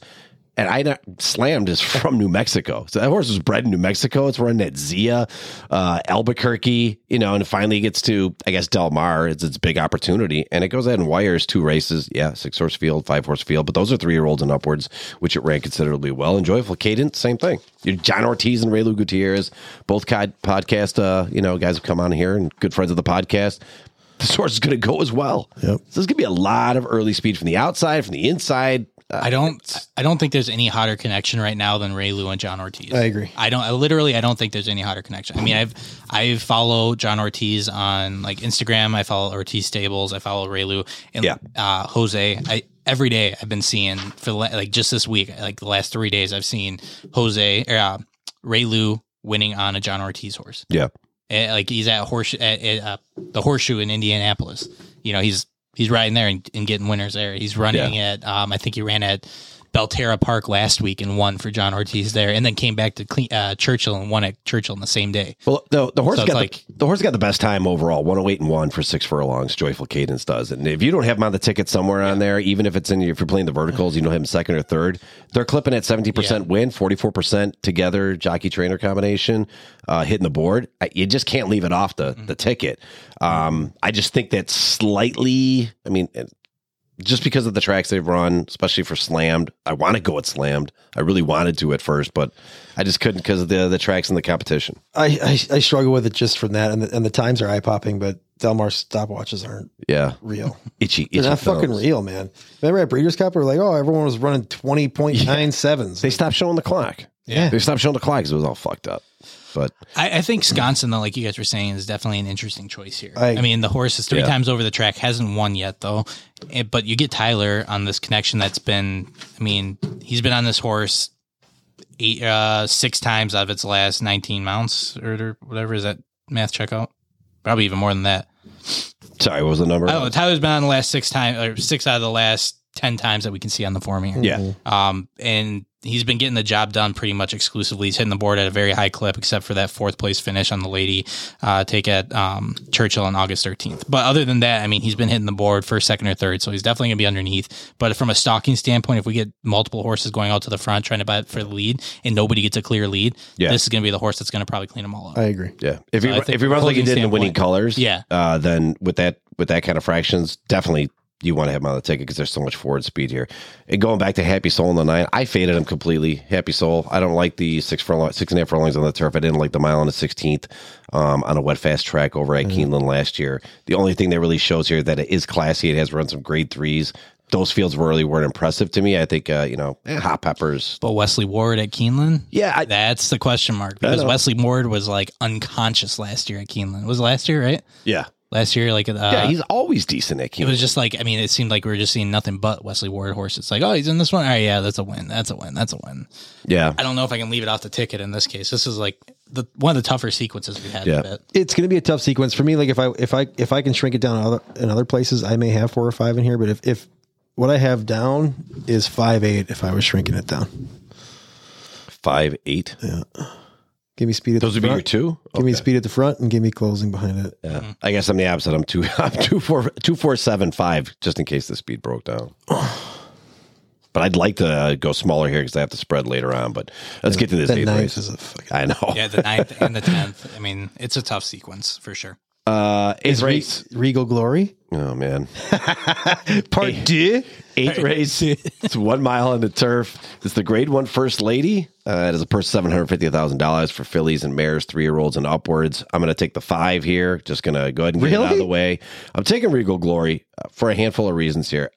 And I not, slammed is from New Mexico. So that horse was bred in New Mexico. It's running at Zia, uh, Albuquerque, you know, and finally gets to, I guess, Del Mar. It's its big opportunity. And it goes ahead and wires two races. Yeah, six horse field, five horse field. But those are three year olds and upwards, which it ran considerably well. And Joyful Cadence, same thing. Your John Ortiz and Ray Lou Gutierrez, both cod, podcast, uh, you know, guys have come on here and good friends of the podcast this horse is going to go as well. So there's going to be a lot of early speed from the outside, from the inside. Uh,
I don't. I don't think there's any hotter connection right now than Ray Lou and John Ortiz.
I agree.
I don't. I literally, I don't think there's any hotter connection. I mean, I've I follow John Ortiz on like Instagram. I follow Ortiz Stables. I follow Ray Lou and
Yeah.
uh, Jose. I every day I've been seeing for the la- like just this week, like the last three days, I've seen Jose or uh, Ray Lou winning on a John Ortiz horse.
yeah.
Eh, like he's at horse at, at uh, the horseshoe in Indianapolis. You know, he's he's riding there and, and getting winners there. He's running at um, I think he ran at Belterra Park last week and won for John Ortiz there, and then came back to Cle- uh, Churchill and won at Churchill on the same day.
Well, the, the horse
So it's
got
like-
the, the horse got the best time overall, 108 and one for six furlongs. Joyful Cadence does, and if you don't have him on the ticket somewhere on there, even if it's in your- if you're playing the verticals, you don't have him second or third. They're clipping at 70 percent win, 44 percent together jockey trainer combination, uh, hitting the board. I, you just can't leave it off the
Mm-hmm.
the ticket. Um, I just think that's slightly. I mean, it- just because of the tracks they've run, especially for slammed. I want to go at slammed. I really wanted to at first, but I just couldn't because of the the tracks and the competition.
I, I I struggle with it just from that, and the, and the times are eye popping, but Delmar's stopwatches aren't
Yeah.
real.
itchy, itchy
They're not
thumbs.
fucking real, man. Remember at Breeders' Cup, we are like, oh, everyone was running twenty point nine sevens.
They stopped showing the clock.
Yeah.
They stopped showing the clock because it was all fucked up. But
I, I think Sconson, though, like you guys were saying, is definitely an interesting choice here.
I-
I, mean, the horse is three
Yeah.
times over the track, hasn't won yet, though. Eh, but you get Tyler on this connection that's been, I mean, he's been on this horse eight, uh, six times out of its last 19 mounts or, or whatever. Is that math checkout? Probably even more than that.
sorry, what was the number?
I don't know. Tyler's been on the last six times, or six out of the last ten times that we can see on the form here.
Yeah.
Um, and he's been getting the job done pretty much exclusively. He's hitting the board at a very high clip, except for that fourth place finish on the lady uh, take at um, Churchill on August 13th. But other than that, I mean, he's been hitting the board first, second, or third. So he's definitely going to be underneath. But from a stalking standpoint, if we get multiple horses going out to the front trying to bet for the lead and nobody gets a clear lead,
Yeah.
this is going to be the horse that's going to probably clean them all up.
I agree.
Yeah. If he
I think
if he runs like he
closing
did in the winning
standpoint.
colors,
Yeah.
uh, then with that with that kind of fractions, definitely you want to have him on the ticket because there's so much forward speed here. And going back to Happy Soul in the nine, I faded him completely. Happy Soul, I don't like the six furlong, six and a half furlongs on the turf. I didn't like the mile on the sixteenth um, on a wet fast track over at
Mm-hmm.
Keeneland last year. The only thing that really shows here that it is classy. It has run some grade threes. Those fields really weren't impressive to me. I think uh, you know eh, hot peppers.
But Wesley Ward at Keeneland?
Yeah, I,
That's the question mark because Wesley Ward was like unconscious last year at Keeneland. It was last year, right?
yeah,
Last year, like uh,
yeah. He's always decent at
it
Keeneland.
was just like I mean, it seemed like we were just seeing nothing but Wesley Ward horses. Like, oh, he's in this one. All right, yeah, that's a win. That's a win. That's a win.
Yeah,
I don't know if I can leave it off the ticket in this case. This is like the one of the tougher sequences we had.
Yeah.
Yeah. Bit.
it's going to be a tough sequence for me. Like if I if I if I can shrink it down in other, in other places, I may have four or five in here. But if if what I have down is five eight, if I was shrinking it down,
five eight.
give me speed at
Those
the
would be your
front,
two.
Give me speed at the front and give me closing behind it.
Yeah. I guess I'm the opposite. I'm two. I'm two four two four seven five. Just in case the speed broke down. But I'd like to uh, go smaller here because I have to spread later on. But let's get to this
That
eighth
ninth
race.
is a fucking.
I know.
Yeah, the ninth and the tenth. I mean, it's a tough sequence for sure.
Uh, eighth
Re-
race.
Regal Glory
Oh man.
Part D.
Eighth race. It's one mile on the turf. It's the grade one first lady. Uh, it is a purse seven hundred fifty thousand dollars for fillies and mares, three year olds and upwards. I'm going to take the five here. Just going to go ahead and get it out of
Really?
the way. I'm taking Regal Glory uh, for a handful of reasons here.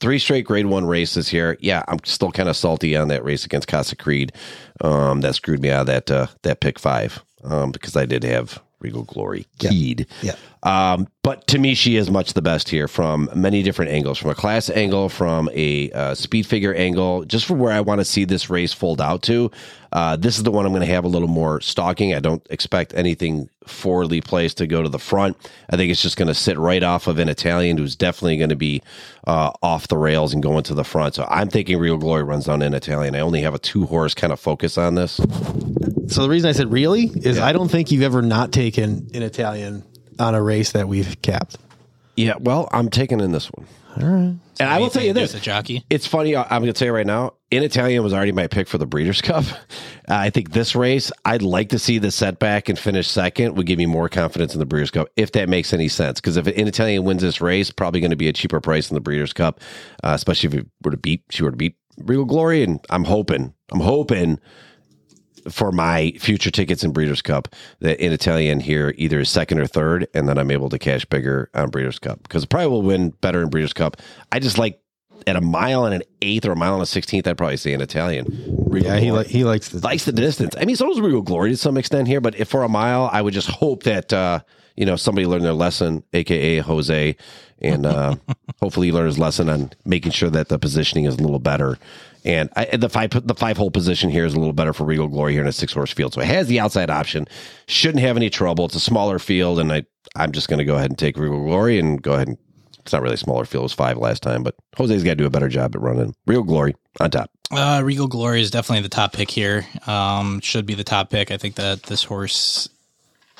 Three straight grade one races here. Yeah, I'm still kind of salty on that race against Casa Creed. Um, that screwed me out of that uh, that pick five um, because I did have Regal Glory keyed.
Yeah.
Um, but to me, she is much the best here from many different angles, from a class angle, from a uh, speed figure angle, just from where I want to see this race fold out to. Uh, this is the one I'm going to have a little more stalking. I don't expect anything forwardly placed to go to the front. I think it's just going to sit right off of an Italian who's definitely going to be uh, off the rails and going to the front. So I'm thinking Real Glory runs down in Italian. I only have a two horse kind of focus on this.
So the reason I said really is I don't think you've ever not taken an Italian on a race that we've capped.
Yeah, well, I'm taking in this one.
All right.
And I will tell you
There's
this.
a jockey.
It's funny. I- I'm going to tell you right now. In Italian was already my pick for the Breeders' Cup. Uh, I think this race, I'd like to see the setback and finish second would give me more confidence in the Breeders' Cup, if that makes any sense. Because if In Italian wins this race, probably going to be a cheaper price in the Breeders' Cup, uh, especially if it were to beat she were to beat Regal Glory. And I'm hoping, I'm hoping for my future tickets in Breeders' Cup that in Italian here either is second or third, and then I'm able to cash bigger on Breeders' Cup because it probably will win better in Breeders' Cup. I just like at a mile and an eighth or a mile and a sixteenth, I'd probably say in Italian. Regal
Yeah, he
Glory
like he likes the
likes the distance. I mean, so does Regal Glory to some extent here, but if for a mile, I would just hope that uh, you know somebody learned their lesson, aka Jose, and uh, hopefully he learned his lesson on making sure that the positioning is a little better. And I, and the five the five hole position here is a little better for Regal Glory here in a six horse field, so it has the outside option. Shouldn't have any trouble. It's a smaller field, and I I'm just going to go ahead and take Regal Glory and go ahead and. It's not really a smaller field. It was five last time, but Jose's got to do a better job at running. Real glory on top.
Uh, Regal Glory is definitely the top pick here. Um, should be the top pick. I think that this horse,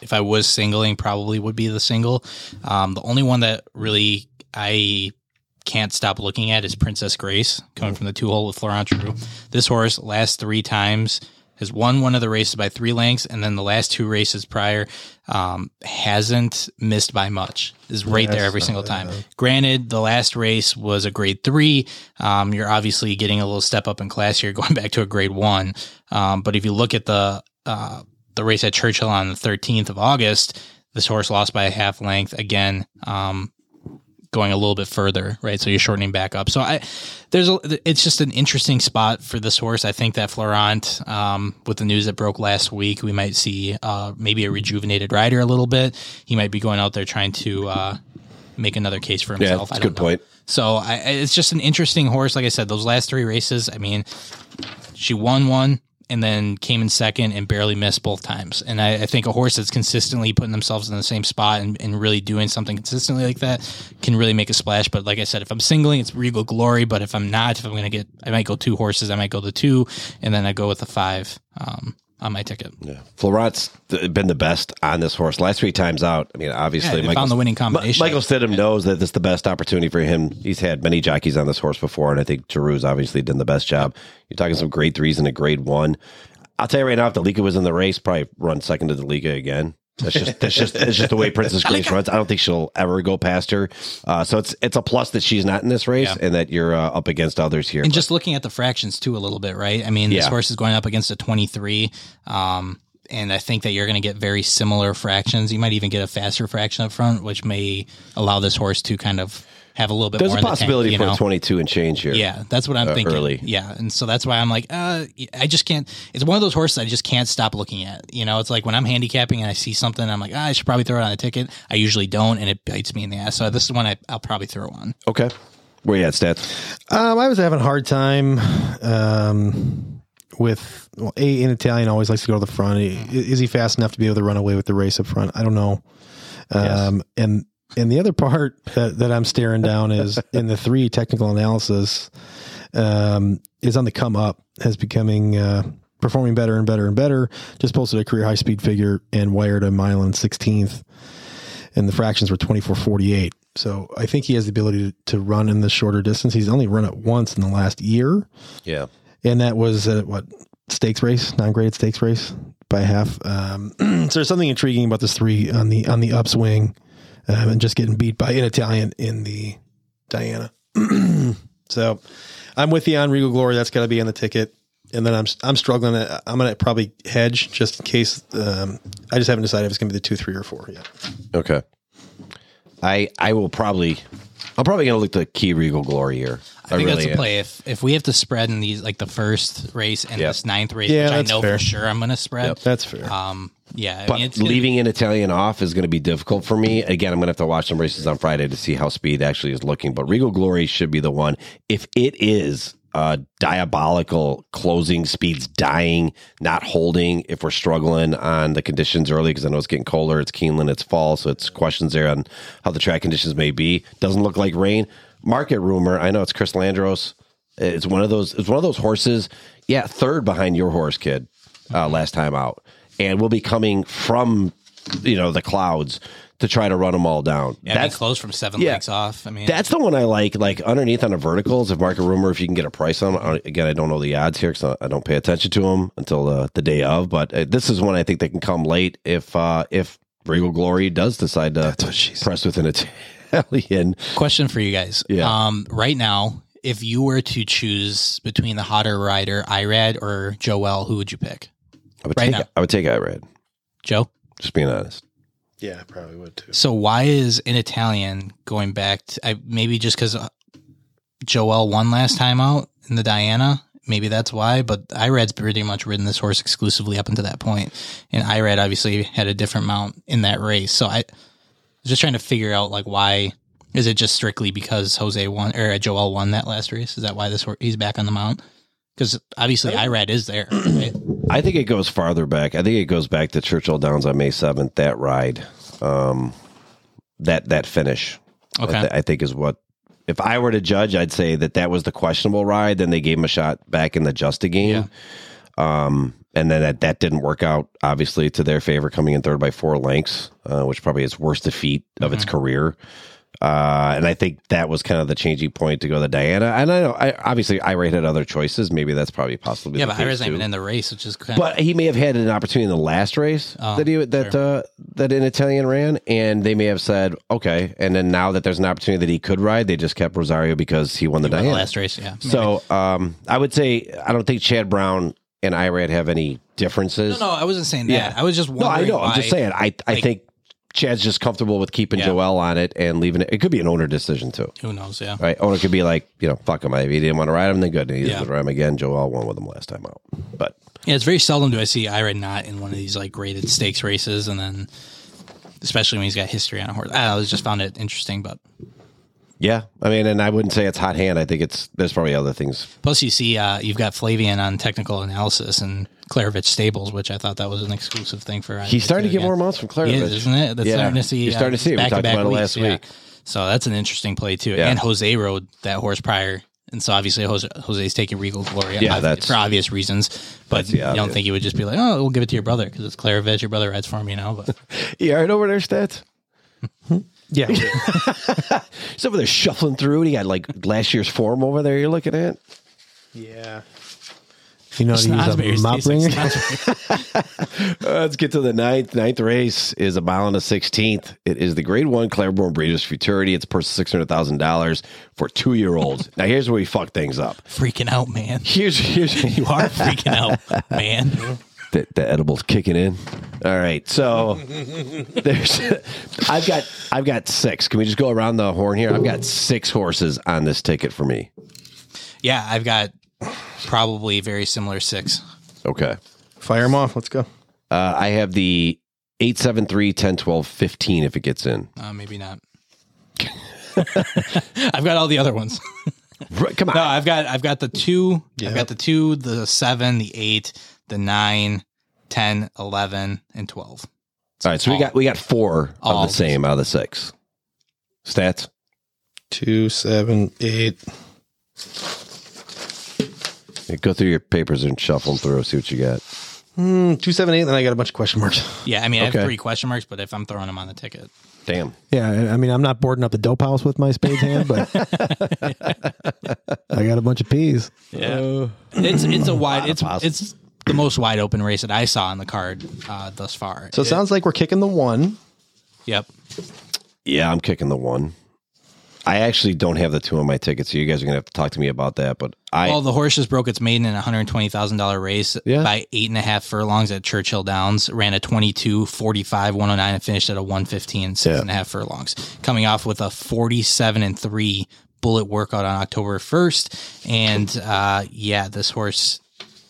if I was singling, probably would be the single. Um, the only one that really I can't stop looking at is Princess Grace coming from the two hole with Florent True. This horse last three times has won one of the races by three lengths, and then the last two races prior um, hasn't missed by much. Is right there every single time. Granted, the last race was a grade three. Um, you're obviously getting a little step up in class here, going back to a grade one. Um, but if you look at the uh, the race at Churchill on the 13th of August, this horse lost by a half length again. Um, going a little bit further, right? So you're shortening back up. So I, there's a, it's just an interesting spot for this horse. I think that Florent, um, with the news that broke last week, we might see uh, maybe a rejuvenated rider a little bit. He might be going out there trying to uh, make another case for himself.
that's a
I don't
good
know.
point.
So I, I- it's just an interesting horse. Like I said, those last three races. I mean, she won one. And and then came in second and barely missed both times. And I, I think a horse that's consistently putting themselves in the same spot and, and really doing something consistently like that can really make a splash. But like I said, if I'm singling, it's Regal Glory. But if I'm not, if I'm going to get, I might go two horses. I might go the two, and then I go with the five um, on my ticket.
Yeah. Florent's th- been the best on this horse. Last three times out, I mean, obviously,
Yeah, they found the winning
Mi-
combination.
Michael Stidham knows that this is the best opportunity for him. He's had many jockeys on this horse before, and I think Giroux's obviously done the best job. You're talking some grade threes and a grade one. I'll tell you right now, if Delika was in the race, probably run second to Delika again. That's just that's just that's just the way Princess Grace runs. I don't think she'll ever go past her. Uh, so it's it's a plus that she's not in this race
Yeah.
and that you're uh, up against others here.
And
But-
just looking at the fractions too a little bit, right? I mean, this
Yeah.
horse is going up against a 23. Um, and I think that you're going to get very similar fractions. You might even get a faster fraction up front, which may allow this horse to kind of have a little bit
there's
more
a
in the tank,
possibility
you
for
know?
a 22 and change here.
Yeah, that's what I'm thinking.
early.
Yeah, and so that's why I'm like, uh, I just can't. It's one of those horses I just can't stop looking at. You know, it's like when I'm handicapping and I see something, I'm like, ah, I should probably throw it on a ticket. I usually don't, and it bites me in the ass. So this is one I, I'll probably throw on.
Okay. Where you at, stats?
Um, I was having a hard time um, with well, a an Italian always likes to go to the front. I- Is he fast enough to be able to run away with the race up front? I don't know. Um, And and the other part that, that I'm staring down is in the three technical analysis um, is on the come up, has becoming uh, performing better and better and better. Just posted a career high speed figure and wired a mile and sixteenth and the fractions were 24 48. So I think he has the ability to, to run in the shorter distance. He's only run it once in the last year,
Yeah.
and that was at what stakes race, non graded stakes race by half. Um, so there's something intriguing about this three on the on the upswing um, and just getting beat by an Italian in the Diana. so I'm with you on Regal Glory. That's got to be on the ticket. And then I'm I'm struggling. Uh, I'm gonna probably hedge just in case. Um, I just haven't decided if it's gonna be the two, three, or four yet.
Okay. I I will probably I'm probably gonna look to key regal glory here.
I think that's
am.
a play. If if we have to spread in these like the first race and
Yeah.
this ninth race,
Yeah,
which I
that's
know
fair.
for sure I'm going to spread.
That's fair.
Um, yeah, I
But
mean, it's gonna-
leaving an Italian off is gonna be difficult for me. Again, I'm gonna have to watch some races on Friday to see how speed actually is looking. But Regal Glory should be the one. If it is uh diabolical closing speeds dying, not holding, if we're struggling on the conditions early, because I know it's getting colder, it's Keeneland, it's fall, so it's questions there on how the track conditions may be. Doesn't look like rain. Market rumor, I know it's Chris Landros. It's one of those. It's one of those horses. Yeah, third behind your horse, kid, uh, last time out, and we'll be coming from you know the clouds to try to run them all down.
yeah, that's
that's
close from seven
yeah.
legs off. I mean,
that's the one I like. Like underneath on the verticals, if market rumor, if you can get a price on 'em. I- Again, I don't know the odds here because I don't pay attention to them until uh, the day of. But uh, this is one I think that can come late if uh, if Regal Glory does decide to press with an Italian.
Question for you guys.
Yeah.
Um, right now, if you were to choose between the hotter rider, Irad or Joel, who would you pick?
I would
Right
take.
now.
I would take Irad.
Joe?
Just being honest.
Yeah, I probably would too.
So why is an Italian going back? To, I maybe just because Joel won last time out in the Diana. Maybe that's why. But Irad's pretty much ridden this horse exclusively up until that point, and Irad obviously had a different mount in that race. So I was just trying to figure out like why is it just strictly because Jose won or uh, Joel won that last race? Is that why this horse he's back on the mount? Because obviously Irad is there. Right?
I think it goes farther back. I think it goes back to Churchill Downs on May seventh. That ride, um, that that finish, I,
Okay.
thi- I think is what. If I were to judge, I'd say that that was the questionable ride. Then they gave him a shot back in the Justa game, um, and then that, that didn't work out. Obviously, to their favor, coming in third by four lengths, uh, which probably its worst defeat of its
Mm-hmm.
career. Uh, and I think that was kind of the changing point to go to Diana. And I know, I, obviously, Irate had other choices. Maybe that's probably possibly
Yeah,
the
but
case,
Irad's not
too.
even in the race, which is kind of
But he may have had an opportunity in the last race
Oh,
that he that uh, that an Italian ran, and they may have said okay. And then now that there's an opportunity that he could ride, they just kept Rosario because he won the
the
Diana.
last race. Yeah.
so um, I would say I don't think Chad Brown and Irad have any differences.
No, no, I wasn't saying that.
Yeah.
I was just
No,
wondering.
I know. I'm
why-
just saying. I I
like-
think Chad's just comfortable with keeping
Yeah.
Joel on it and leaving it. It could be an owner decision too.
Who knows? Yeah.
Right, owner could be like, you know, fuck him. If he didn't want to ride him, then good. And he
Yeah.
doesn't ride him again. Joel won with him last time out, but
Yeah, it's very seldom do I see Ira not in one of these like graded stakes races, and then especially when he's got history on a horse. I, don't know, I just found it interesting, but
Yeah, I mean, and I wouldn't say it's hot hand. I think it's there's probably other things.
Plus, you see, uh, you've got Flavian on technical analysis and Clarovich Stables, which I thought that was an exclusive thing for.
He's starting to get more
money.
amounts from
He
Clarovich,
is, isn't it? That's
yeah,
starting to see.
You're
uh,
starting to see. It. We talked
back-to-back
about it
weeks,
last
yeah.
week.
So that's an interesting play too.
Yeah.
And Jose rode that horse prior, and so obviously Jose, Jose's taking Regal Glory.
Yeah,
obvi-
that's-
for obvious reasons. But
that's the
you don't
obvious.
think he would just be like, "Oh, we'll give it to your brother" because it's Clarovich. Your brother rides for him, you know. But
Yeah, right over there, stats.
Yeah.
He's over there shuffling through. And he got like last year's form over there. You're looking at.
yeah. You know how to
Snodsberry's
use a mop
tastes
ringer?
like Snodsberry.
Uh, let's get to the ninth. Ninth race is a mile and a sixteenth. It is the Grade One Claiborne Breeders' Futurity. It's purse six hundred thousand dollars for two year olds. now here's where we fuck things up.
freaking out, man.
Here's here's
You are freaking out, man.
the, the edibles kicking in. All right, so there's I've got I've got six. Can we just go around the horn here? I've got six horses on this ticket for me.
Yeah, I've got probably very similar six.
Okay,
Fire him off. Let's go.
uh, I have the. 873 10 12 15 if it gets in
Uh, maybe not. I've got all the other ones.
Right, come on
No, I've got I've got the two.
Yeah.
I've got the two, the seven, the eight, the nine, ten, eleven, and twelve.
all right so we
all-
got we got four
all
of the same out of the six stats
Two, seven, eight.
Yeah, go through your papers and shuffle them through. See what you got.
Hmm, two, seven, eight. Then I got a bunch of question marks.
Yeah, I mean I
Okay.
have three question marks, but if I'm throwing them on the ticket,
Damn.
Yeah. I- I mean, I'm not boarding up the dope house with my spades hand, but I got a bunch of peas.
yeah,
Uh,
it's it's a wide it's
positives.
it's the most wide open race that I saw on the card uh, thus far.
So it sounds like we're kicking the one.
yep,
Yeah, I'm kicking the one. I actually don't have the two on my ticket, so you guys are gonna have to talk to me about that. But I
Well, the horse just broke its maiden in a hundred twenty thousand dollar race
Yeah.
by eight and a half furlongs at Churchill Downs. Ran a 22, 45, 109, and finished at a 115, six
Yeah.
and a half furlongs. Coming off with a forty seven and three bullet workout on October first, and uh, yeah, this horse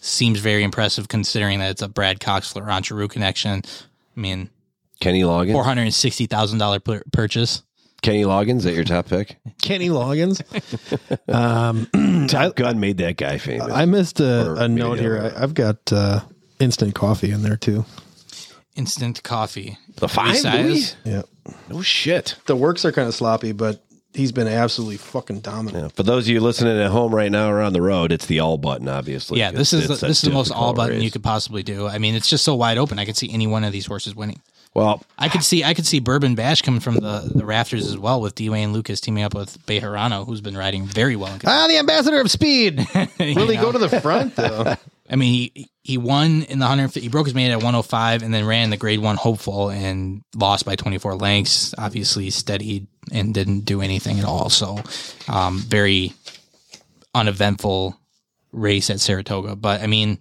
seems very impressive considering that it's a Brad Cox Laurent Giroux connection. I mean,
Kenny Loggins.
four hundred and sixty thousand dollar purchase.
Kenny Loggins at your top pick.
Kenny Loggins.
Mm,
Top Gun made that guy famous.
I missed
Or
a, a note
maybe
here.
over.
I, I've got uh, instant coffee in there too.
Instant coffee.
the five Louis?
size.
Yeah.
No shit.
The works are kind of sloppy, but he's been absolutely fucking dominant.
Yeah, For those of you listening at home right now or on the road, it's the all button, obviously.
Yeah, this
It's-
is the,
it's a
this is the most
difficult
all button
race.
you could possibly do. I mean, it's just so wide open. I could see any one of these horses winning.
Well,
I could see I could see Bourbon Bash coming from the, the rafters as well with Dwayne Lucas teaming up with Bejarano, who's been riding very well. In
Ah, the ambassador of speed.
You
Really go
know?
to the front though.
I mean, he he won in the hundred. He broke his maiden at one hundred five, and then ran the Grade One hopeful and lost by twenty four lengths. Obviously, steadied and didn't do anything at all. So, um, very uneventful race at Saratoga. But I mean,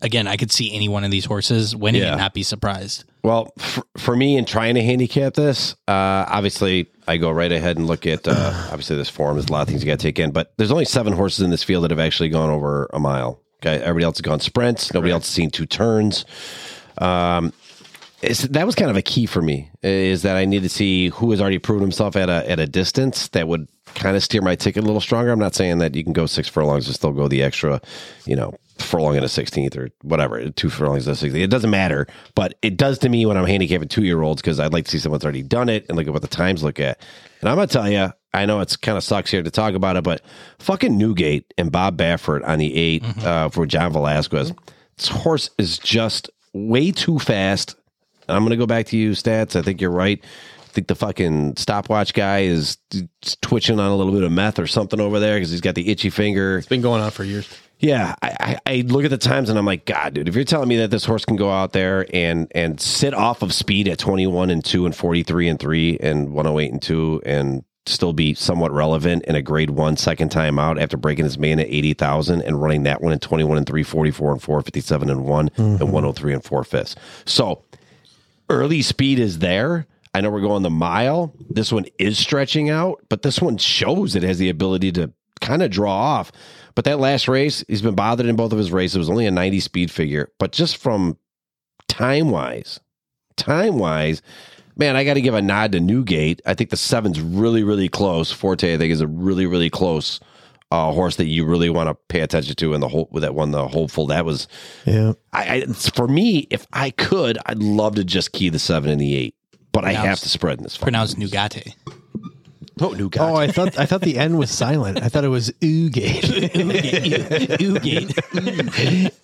again, I could see any one of these horses winning
Yeah.
and not be surprised.
Well, for, for me in trying to handicap this, uh, obviously I go right ahead and look at uh, obviously this form. There's a lot of things you got to take in, but there's only seven horses in this field that have actually gone over a mile. Okay, everybody else has gone sprints. Nobody else has seen two turns. Um, it's, that was kind of a key for me is that I need to see who has already proven himself at a at a distance that would kind of steer my ticket a little stronger. I'm not saying that you can go six furlongs and still go the extra, you know, furlong and a sixteenth or whatever, two furlongs and a sixteenth. It doesn't matter, but it does to me when I'm handicapping two year olds because I'd like to see someone's already done it and look at what the times look at. And I'm gonna tell you, I know it's kind of sucks here to talk about it, but fucking Newgate and Bob Baffert on the 8 uh, for John Velasquez. This horse is just way too fast. And I'm going to go back to you, stats. I think you're right. I think the fucking stopwatch guy is t- twitching on a little bit of meth or something over there because he's got the itchy finger.
Been going on for years.
Yeah, I, I, I look at the times and I'm like, God, dude, if you're telling me that this horse can go out there and and sit off of speed at 21 and two and 43 and three and 108 and two and still be somewhat relevant in a Grade One second time out after breaking his main at 80,000 and running that one at 21 and three, 44 and four, 57 and one, and 103 and four fifths. So early speed is there. I know we're going the mile. This one is stretching out, but this one shows it has the ability to kind of draw off. But that last race, he's been bothered in both of his races. It was only a 90 speed figure, but just from time wise, time wise, man, I got to give a nod to Newgate. I think the seven's really, really close. Forte, I think, is a really, really close uh, horse that you really want to pay attention to. And the whole that one, the hopeful, that was,
Yeah.
I, I it's- for me, if I could, I'd love to just key the seven and the eight, but I have
Pronounced-
to spread in this. fucking-
pronounced Nugate.
Oh, Newgate.
Oh, I thought I thought the N was silent. I thought it was oogate.
Nugate.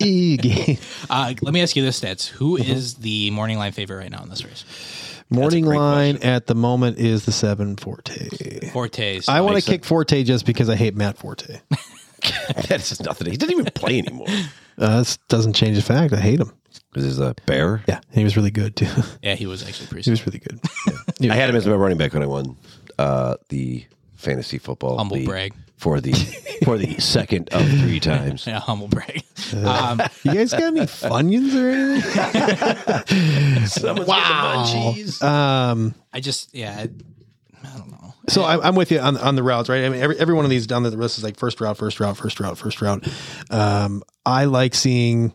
oogate.
Uh, let me ask you this, Stats. Who is the morning line favorite right now in this race?
Morning line at the moment is the seven Forte.
Fortes.
I want to kick Forte just because I hate Matt Forte.
That's just Oh, nothing. He doesn't even play anymore.
Uh, this doesn't change the fact. I hate him.
This is a bear.
Yeah, he was really good too.
yeah, he was actually pretty
he
sick.
was really good.
I had him as my running back when I won uh, the fantasy football
Humble
league
brag.
for the for the second of three times.
Yeah, humble brag. Um,
You guys got any funyuns or anything?
wow. Uh,
Um,
I just, yeah, I, I don't know.
so I'm, I'm with you on on the routes, right? I mean, every, every one of these down the list is like first route, first route, first route, first route. Um, I like seeing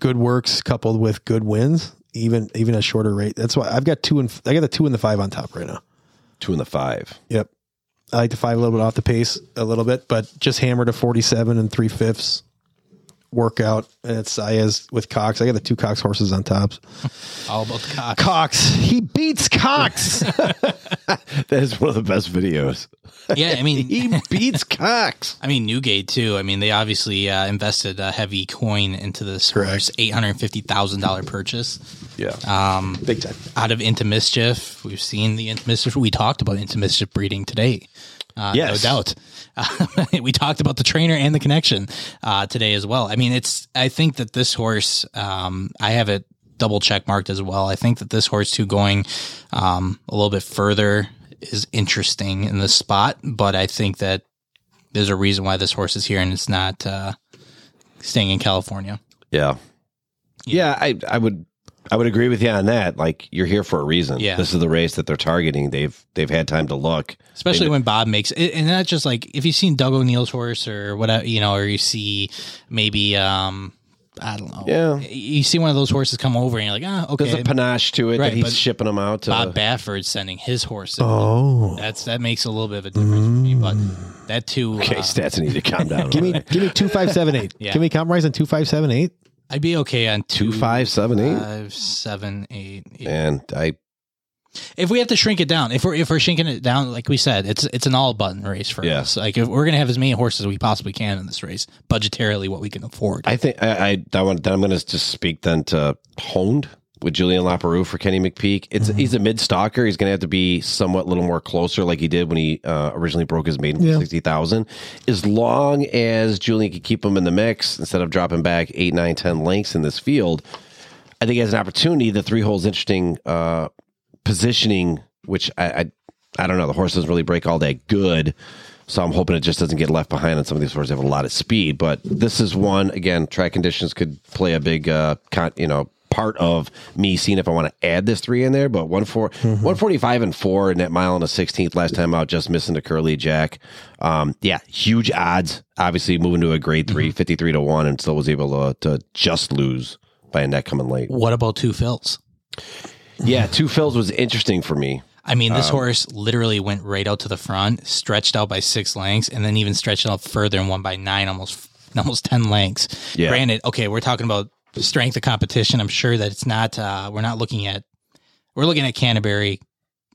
good works coupled with good wins, even even a shorter rate. That's why I've got two and I got the two and the five on top right now.
Two and the five.
Yep. I like to five a little bit off the pace a little bit, but just hammer to 47 and three fifths workout. And it's Saez with Cox. I got the two Cox horses on tops.
All about the cock.
Cox, he beats Cox.
That is one of the best videos.
Yeah, I mean,
he beats Cox.
I mean Newgate too. I mean, they obviously uh, invested a heavy coin into this
Correct.
horse, eight hundred fifty thousand dollar purchase. Um,
Yeah.
Big time.
out of into mischief. We've seen the into mischief. We talked about into mischief breeding today. Uh,
Yes.
No doubt. Uh, we talked about the trainer and the connection uh, today as well. I mean, it's, I think that this horse, um, I have it double check marked as well. I think that this horse too going um, a little bit further is interesting in this spot, but I think that there's a reason why this horse is here and it's not uh, staying in California.
yeah. Yeah, I I would I would agree with you on that. Like you're here for a reason.
Yeah.
This is the race that they're targeting. They've they've had time to look.
especially when Bob makes it, and not just like if you've seen Doug O'Neill's horse or whatever, you know, or you see maybe um, I don't know,
Yeah.
you see one of those horses come over and you're like, ah,
There's
okay,
a uh, panache to it
Right,
that he's
but
shipping them out to.
Bob Bafford's sending his horse. in.
Oh.
That's that makes a little bit of a difference for me, but that too,
Mm. okay,
uh,
stats need to calm down.
Give me give me two five seven eight.
Yeah.
Can we compromise on two five seven eight?
I'd be okay on two,
two five seven eight.
five, seven, eight, eight.
and I
If we have to shrink it down, if we're if we're shrinking it down, like we said, it's it's an all button race for
Yeah.
us. Like if we're gonna have as many horses as we possibly can in this race, budgetarily, what we can afford.
I think I, I that one. Then I'm going to just speak then to honed with Julian Laperoux for Kenny McPeak. It's he's a mid stalker. He's going to have to be somewhat little more closer, like he did when he uh, originally broke his maiden
Yeah.
for sixty thousand. As long as Julian can keep him in the mix instead of dropping back eight, nine, ten lengths in this field, I think he has an opportunity. The three holes interesting uh, positioning, which I, I I don't know. The horse doesn't really break all that good. So I'm hoping it just doesn't get left behind on some of these horses that have a lot of speed. But this is one again. Track conditions could play a big, uh, con, you know, part of me seeing if I want to add this three in there. But one four, one forty five and four, and that mile and a sixteenth last time out, just missing the curly jack. Um, yeah, huge odds. Obviously moving to a grade three, 53 to one, and still was able to, to just lose by a neck coming late.
what about two fills?
Yeah, two fills was interesting for me.
I mean,
Um,
this horse literally went right out to the front, stretched out by six lengths, and then even stretched out further and won by nine, almost almost ten lengths.
Yeah.
Granted, okay, we're talking about strength of competition. I'm sure that it's not. Uh, we're not looking at. We're looking at Canterbury,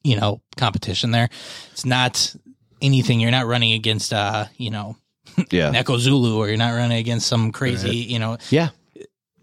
you know, competition there. It's not anything. You're not running against, uh, you know,
Yeah,
Neko Zulu, or you're not running against some crazy, you know,
yeah.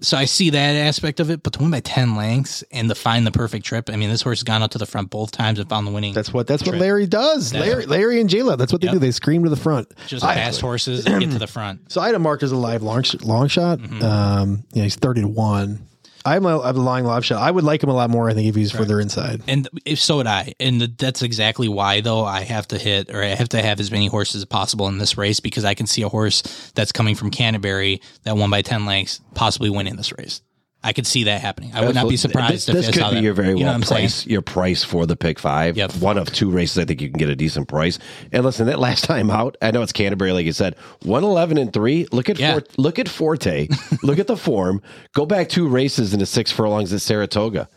so I see that aspect of it, but the one by ten lengths and the find the perfect trip. I mean, this horse has gone out to the front both times and found the winning.
That's what that's what Larry does. Larry Larry and J-Lo, that's what they do. They scream to the front.
just
I-
fast horses and get to the front.
So I had him marked as a live long sh- long shot.
Mm-hmm.
Um, yeah, he's thirty to one. I'm a, I'm a lying live shot. I would like him a lot more. I think if he's further inside.
And if so would I. And that's exactly why though I have to hit or I have to have as many horses as possible in this race because I can see a horse that's coming from Canterbury that one by ten lengths possibly winning this race. I could see that happening. I would not be surprised
This, this
if I
could
saw
be
that.
your very
you know
well
what I'm saying?
price. Your price for the pick five.
Yep.
One of two races, I think you can get a decent price. And listen, that last time out, I know it's Canterbury, like you said, one eleven and three. Look at
Yeah.
Fort, look at Forte. look at the form. Go back two races into six furlongs at Saratoga.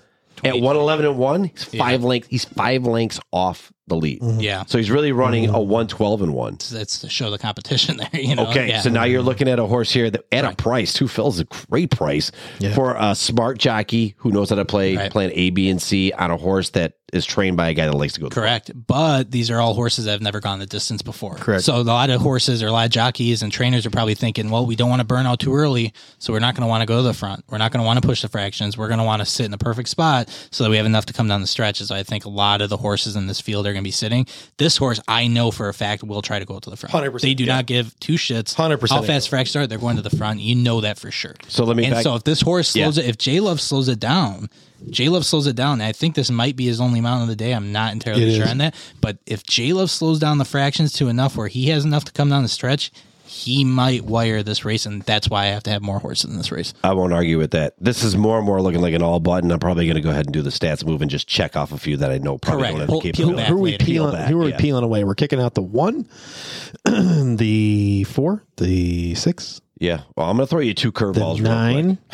at 111 and 1, he's five lengths he's five lengths off the lead.
Mm-hmm. Yeah. Mm-hmm.
So he's really running a 112 and 1.
That's to show the competition there. You know?
Okay,
Oh, Yeah.
so now you're looking at a horse here that at a price, two fills is a great price for a smart jockey who knows how to play
Right.
plan A, B, and C on a horse that is trained by a guy that likes to go.
Correct. But these are all horses that have never gone the distance before. Correct. So a lot of horses or a lot of jockeys and trainers are probably thinking, well, we don't want to burn out too early. So we're not going to want to go to the front. We're not going to want to push the fractions. We're going to want to sit in the perfect spot so that we have enough to come down the stretches. I think a lot of the horses in this field are going to be sitting. This horse, I know for a fact, will try to go to the front.
100%,
They do
yeah.
not give two shits
100%
how fast fractions are. They're going to the front. You know that for sure.
So let me
And
back-
so if this horse slows it, if J Love slows it down, J Love slows it down. I think this might be his only mount of the day. I'm not entirely
It
sure
is.
on that. But if J Love slows down the fractions to enough where he has enough to come down the stretch, he might wire this race, and that's why I have to have more horses in this race.
I won't argue with that. This is more and more looking like an all button. I'm probably going to go ahead and do the stats move and just check off a few that I know probably
Correct.
don't have
Pull-
the capability.
peel back
Who are we
later.
peeling?
back,
who are we
yeah.
peeling away? We're kicking out the one, the four, the six,
Yeah. Well, I'm going to throw you two
the
curveballs. real quick.
nine.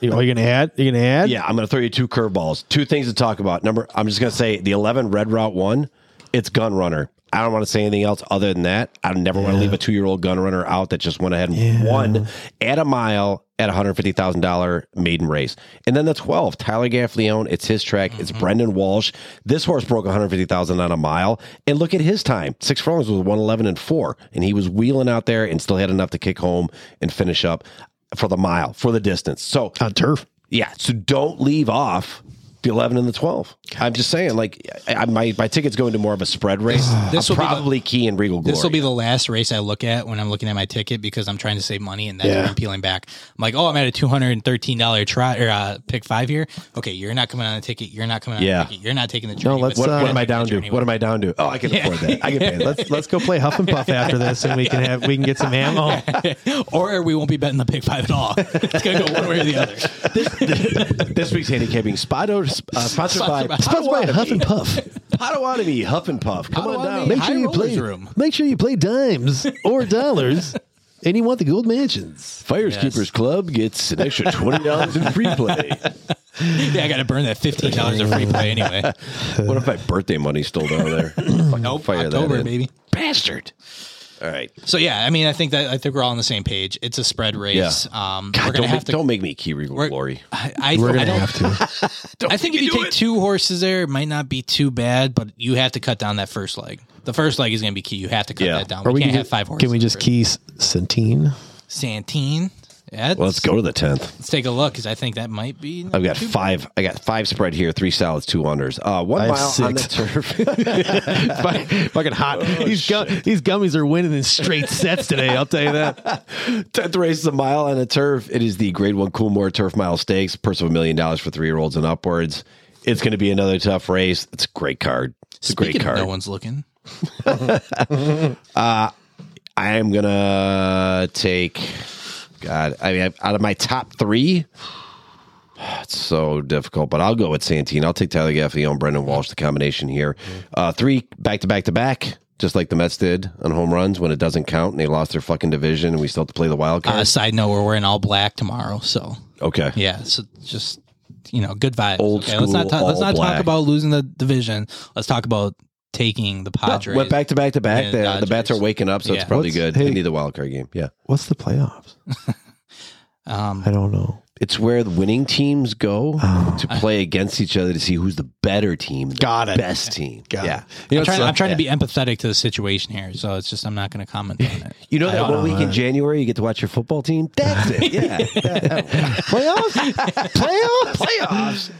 You- Are you gonna add? You're gonna add?
Yeah, I'm going to throw you two curveballs. Two things to talk about. Number, I'm just going to say the 11 Red Route 1, it's Gun Runner. I don't want to say anything else other than that. I never want to leave a two year old Gun Runner out that just went ahead and won at a mile at $150,000 maiden race. And then the 12, Tyler Gaffleone, it's his track. It's Brendan Walsh. This horse broke 150,000 on a mile. And look at his time. Six furlongs was 111 and four. And he was wheeling out there and still had enough to kick home and finish up for the mile, for the distance. So
On turf.
yeah. So don't leave off the 11 and the 12. I'm just saying, like, I, I- my, my ticket's going to more of a spread race. This
this will
will
be the-
probably key in Regal Glory.
This will be the last race I look at when I'm looking at my ticket because I'm trying to save money and that's
Yeah.
what I'm peeling back. I'm like, oh, I'm at a two hundred and thirteen dollar try or uh, pick five here. Okay, you're not coming on the ticket. You're not coming on
Yeah.
the ticket. You're not taking the
No,
journey.
let's,
with
what,
me.
uh,
what am I
Take the
down to?
journey
What
with
am I down to? Oh, I can afford that. I can pay that.
Let's let's go play Huff and Puff after this, and we can have we can get some ammo.
me. or we won't be betting the pick five at all. it's gonna go one way or the other.
this week's handicapping spot uh, sponsored by
by-
Sponsored by Huff and Puff.
Potawatomi Huff and Puff. Come on
Potawatomi.
down.
Make
High
sure you
rollers
play.
room.
Make sure you play dimes or dollars, and you want the gold mansions.
Firekeepers
Yes.
Club gets an extra twenty dollars in free play.
Yeah, I got to burn that fifteen dollars of free play anyway.
what if my birthday money's still down there? Fucking
Nope,
fire that
October,
in.
baby.
bastard. All right,
So yeah, I mean, I think that I think we're all on the same page. It's a spread race.
God,
Um, we're
don't,
gonna have
make,
to.
don't make me key Regal
we're-
Glory.
I, I,
We're
I
gonna
don't,
have to.
I think if you take two horses there, it might not be too bad, but you have to cut down that first leg. The first leg is going to be key. You have to cut
Yeah.
that down.
Or
we, can't
can
have
ju-
five horses.
Can we just
first.
key S- Centine?
Santine? Yeah, let's,
Well, let's go to the tenth.
let's take a look because I think that might be.
I've got five. I got five spread here. Three solids, two unders. Uh, one
I have
mile on the
six.
turf.
fucking, fucking hot. these, gum, these gummies are winning in straight sets today. I'll tell you that.
Tenth race is a mile on a turf. It is the Grade One Coolmore Turf Mile Stakes. Purse of a million dollars for three year olds and upwards. It's going to be another tough race. It's a great card. It's a great
Speaking of
card.
no one's looking.
I am gonna take. God, I mean, I've- out of my top three, it's so difficult. But I'll go with Santine. I'll take Tyler Gaffney, Brendan Walsh, the combination here. Uh, three back to back to back, just like the Mets did on home runs when it doesn't count, and they lost their fucking division, and we still have to play the wild
Uh,
card.
side note, we're wearing all black tomorrow. So,
okay,
yeah, so just, you know, good vibes.
Old
let's
school,
not, ta- let's
all
not talk
black.
about losing the division. Let's talk about taking the Padres.
went back to back to back.
And
The, the
Dodgers.
bats are waking up, so
Yeah.
it's probably
What's-
good.
hey.
They need the wild card game. Yeah,
What's the playoffs?
um,
I don't know.
it's where the winning teams go
Oh.
to play against each other to see who's the better team, the
Got it.
best team. yeah.
You know,
I'm trying,
so-
I'm trying to be empathetic to the situation here, so it's just I'm not going to comment on it.
You know
I
that
don't
one week in January you get to watch your football team? That's it. Yeah.
playoffs. playoffs.
Playoffs.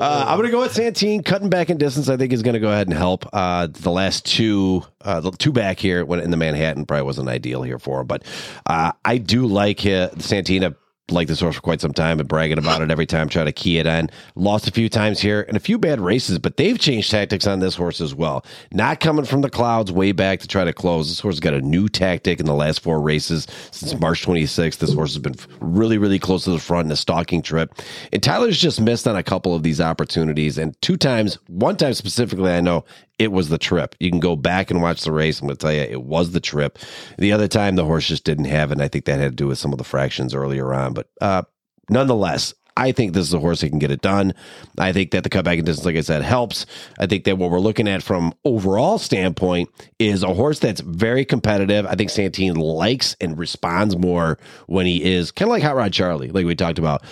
Uh, I'm going to go with Santine. Cutting back in distance, I think, is going to go ahead and help. Uh, the last two, uh, the two back here when in the Manhattan probably wasn't ideal here for him, but uh, I do like uh, Santine. I've liked this horse for quite some time and bragging about it every time, trying to key it in. Lost a few times here and a few bad races, but they've changed tactics on this horse as well. Not coming from the clouds way back to try to close. This horse has got a new tactic in the last four races since March 26th. This horse has been really, really close to the front in a stalking trip. And Tyler's just missed on a couple of these opportunities. And two times, one time specifically, I know it was the trip. You can go back and watch the race. I'm going to tell you, it was the trip. The other time, the horse just didn't have it. And I think that had to do with some of the fractions earlier on. But uh, nonetheless, I think this is a horse that can get it done. I think that the cutback in distance, like I said, helps. I think that what we're looking at from overall standpoint is a horse that's very competitive. I think Santine likes and responds more when he is kind of like Hot Rod Charlie, like we talked about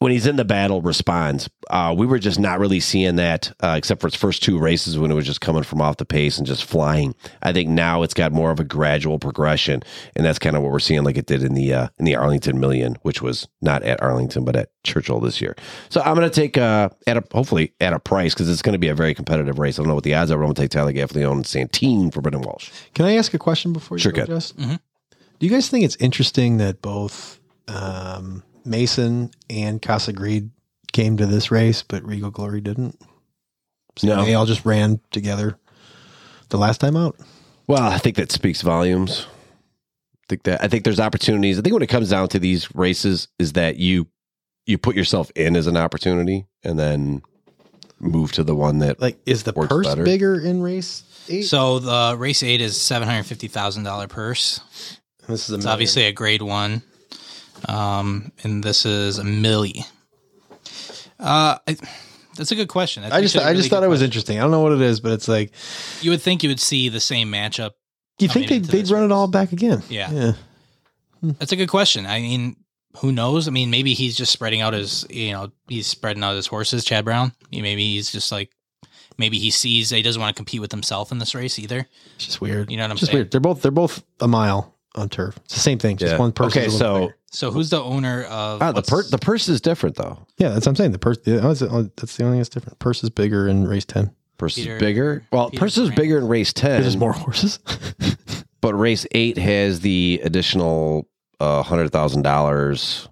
when he's in the battle responds uh, we were just not really seeing that uh, except for its first two races when it was just coming from off the pace and just flying i think now it's got more of a gradual progression and that's kind of what we're seeing like it did in the uh, in the arlington million which was not at arlington but at churchill this year so i'm going to take uh, at a hopefully at a price because it's going to be a very competitive race i don't know what the odds are but i'm going to take tyler gaffley and santine for brendan walsh
Can I ask a question before you
Sure
go,
can.
Jess?
Mm-hmm.
Do you guys think it's interesting that both um, Mason and Casa Greed came to this race, but Regal Glory didn't? So
No.
They all just ran together the last time out.
Well, I think that speaks volumes. I think that I think there's opportunities. I think when it comes down to these races, is that you you put yourself in as an opportunity and then move to the one that
Like, is the
Works
purse
better.
bigger in race eight?
So the race eight is seven hundred fifty thousand dollar purse.
this is a
It's
million.
obviously a grade one, um, and this is a milli. Uh, I, that's a good question.
I just,
think
I
it's a
just
really
thought it
good
was interesting. I don't know what it is, but it's like
question. You would think you would see the same matchup.
you
I
think
mean,
they'd,
to
they'd
this
run it all back again.
Yeah.
yeah.
That's a good question. I mean, who knows? I mean, maybe he's just spreading out his, you know, he's spreading out his horses. Chad Brown. Maybe he's just like, maybe he sees that he doesn't want to compete with himself in this race either.
It's just weird.
You know what I'm
It's just
saying?
weird. They're both they're both a mile on turf. It's the same thing. Just
Yeah.
one person.
Okay, so
So who's the owner of
ah, the
what's-
per, the purse is different though.
yeah, that's what I'm saying. The purse. yeah, That's the only that's the only thing that's different. Purse is bigger in race ten.
Purse
Peter-
is bigger. Well,
Peter
purse is
Grant.
bigger in race
There's
ten,
more horses.
but race eight has the additional uh, hundred thousand dollars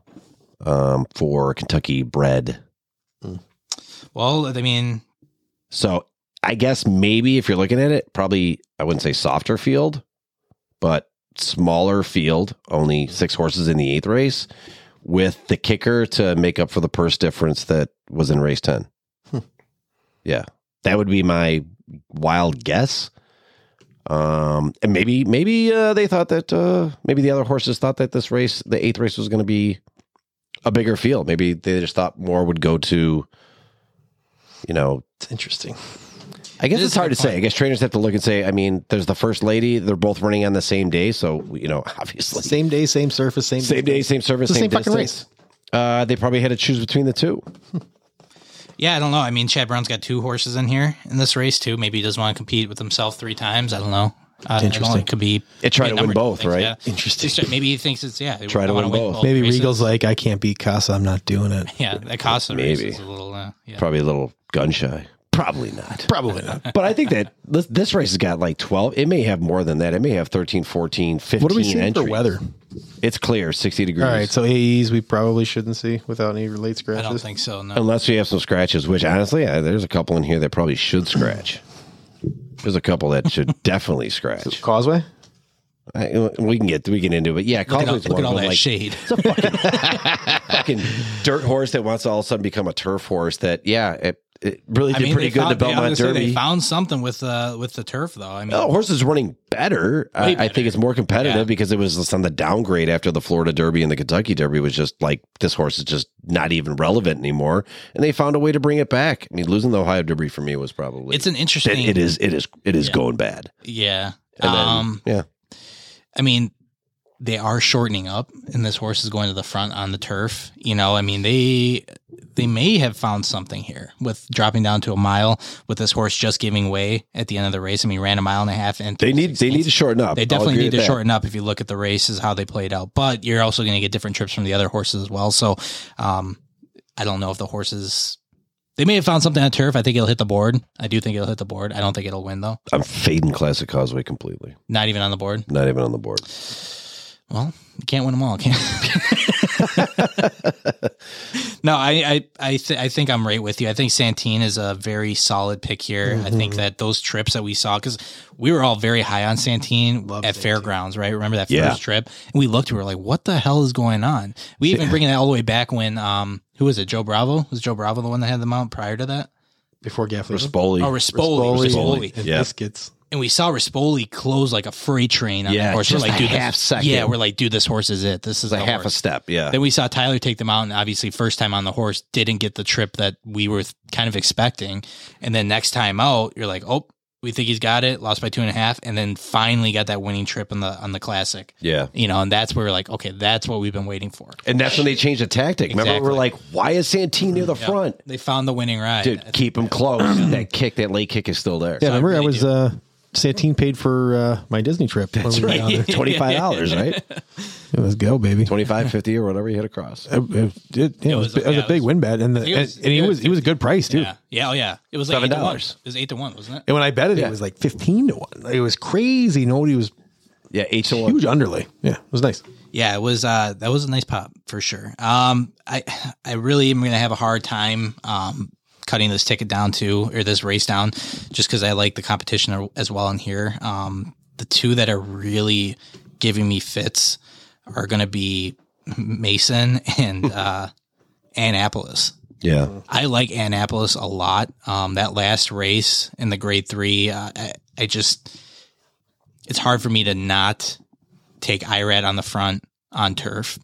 um, for Kentucky bred.
Well, I mean,
So I guess maybe if you're looking at it, probably I wouldn't say softer field, but smaller field, only six horses in the eighth race, with the kicker to make up for the purse difference that was in race 10.
Hmm.
Yeah. That would be my wild guess. Um, and maybe, maybe uh, they thought that, uh, maybe the other horses thought that this race, the eighth race, was going to be a bigger field. Maybe they just thought more would go to, you know,
it's interesting.
I guess
It is
it's
a
hard to
good
say.
point.
I guess trainers have to look and say. I mean, there's the first lady. They're both running on the same day, so you know, obviously, same,
Same day, same surface, same
day, same service,
It's the
same,
same fucking
distance. Uh, they probably had to choose between the two.
Yeah, I don't know. I mean, Chad Brown's got two horses in here in this race too. Maybe he doesn't want to compete with himself three times. I don't know. Uh, I don't
Interesting.
know. It could be.
It tried to win
numbered
both,
things,
right?
Yeah.
Interesting.
Just try- Maybe he thinks it's yeah. They
Try to
wanna
win both.
Maybe
races.
Regal's like, I can't beat Casa. I'm not doing it.
Yeah, that costs the
Maybe.
race is a little. Uh, yeah.
Probably a little gun shy. Probably not.
Probably not.
but I think that this, this race has got like 12. It may have more than that. It may have 13, 14, 15
What are we seeing
entries.
for weather?
It's clear, 60 degrees.
All right, so AEs we probably shouldn't see without any late
I
scratches.
don't think so. No.
Unless we have some scratches, which honestly, I, there's a couple in here that probably should scratch. There's a couple that should definitely scratch.
Causeway.
I, Uh, we can get we can into it. Yeah,
Look at, all-
Causeway's
look at
one
all
of
that
them, like
shade.
fucking dirt horse that wants to all of a sudden become a turf horse. That yeah, it, it really
I
did
mean,
pretty
they
good
found,
to Belmont
they, They
Derby.
found something with uh with the turf though. I mean,
Oh, horses running better. I, I
better.
think it's more competitive
Yeah.
because it was just on the downgrade after the Florida Derby and the Kentucky Derby was just like this horse is just not even relevant anymore, and they found a way to bring it back. I mean, losing the Ohio Derby for me was probably
it's an
it,
interesting.
it is it is it is
Yeah.
going bad.
Yeah.
And then-
um.
yeah.
I mean, they are shortening up, and this horse is going to the front on the turf. You know, I mean they they may have found something here with dropping down to a mile with this horse just giving way at the end of the race. I mean, ran a mile and a half, and
They need they need to shorten up.
they
I'll
definitely
agree
need
with
to
that.
shorten up if you look at the races how they played out. But you're also going to get different trips from the other horses as well. So, um, I don't know if the horses. They may have found something on turf. I think it'll hit the board. I do think it'll hit the board. I don't think it'll win though.
I'm fading Classic Causeway completely.
Not even on the board.
Not even on the board.
Well, you can't win them all, can no, I I I, th- I think I'm right with you. I think Santine is a very solid pick here.
Mm-hmm.
I think that those trips that we saw because we were all very high on Santine at fairgrounds, right? Remember that first
Yeah.
trip? And we looked, we were like, "What the hell is going on?" We even bringing that all the way back when um who was it? Joe Bravo was Joe Bravo the one that had the mount prior to that?
Mm-hmm.
Before Gaffney.
Rispoli.
Oh, Rispoli.
Rispoli.
Rispoli.
And
Yeah.
biscuits.
and we saw Rispoli close like a freight train on
Yeah,
that horse.
just
we're like,
a
dude, this-
half second.
Yeah, we're like, dude, this horse is it. This is
a
the
half a
horse.
step. Yeah.
Then we saw Tyler take them out, and obviously, first time on the horse, didn't get the trip that we were th- kind of expecting. And then next time out, you're like, oh, we think he's got it. Lost by two and a half, and then finally got that winning trip on the on the classic.
yeah.
You know, and that's where we're like, okay, that's what we've been waiting for.
And that's when they changed the tactic. Remember, we we're like, why is Santini near the
Yeah.
front?
They found the winning ride.
Dude, keep him close. that kick, that late kick is still there.
Yeah, remember I,
really
was
do.
uh Santine paid for uh my Disney trip. That's
Twenty-five dollars, right?
Let's go, baby.
25, 50 or whatever you hit across.
It, it- it- uh, yeah, it was, it was
was- yeah,
a
it
big
was-
win bet, and the,
think it was-
and, and he
it
was
was-
he was a good price too.
Yeah. Yeah. Oh, yeah. It was like
Seven
eight to one.
dollars.
It was eight to one, wasn't it?
And when I betted,
Yeah.
it was like fifteen to one. It was crazy. Nobody was
Yeah, eight to one.
huge underlay. Yeah, it was nice.
Yeah, it was uh that was a nice pop for sure. Um I I really am gonna have a hard time um cutting this ticket down to or this race down just because I like the competition as well in here. Um the two that are really giving me fits are gonna be Mason and uh Annapolis.
Yeah,
I like Annapolis a lot. Um, that last race in the grade three, uh, I, I just, it's hard for me to not take Irad on the front on turf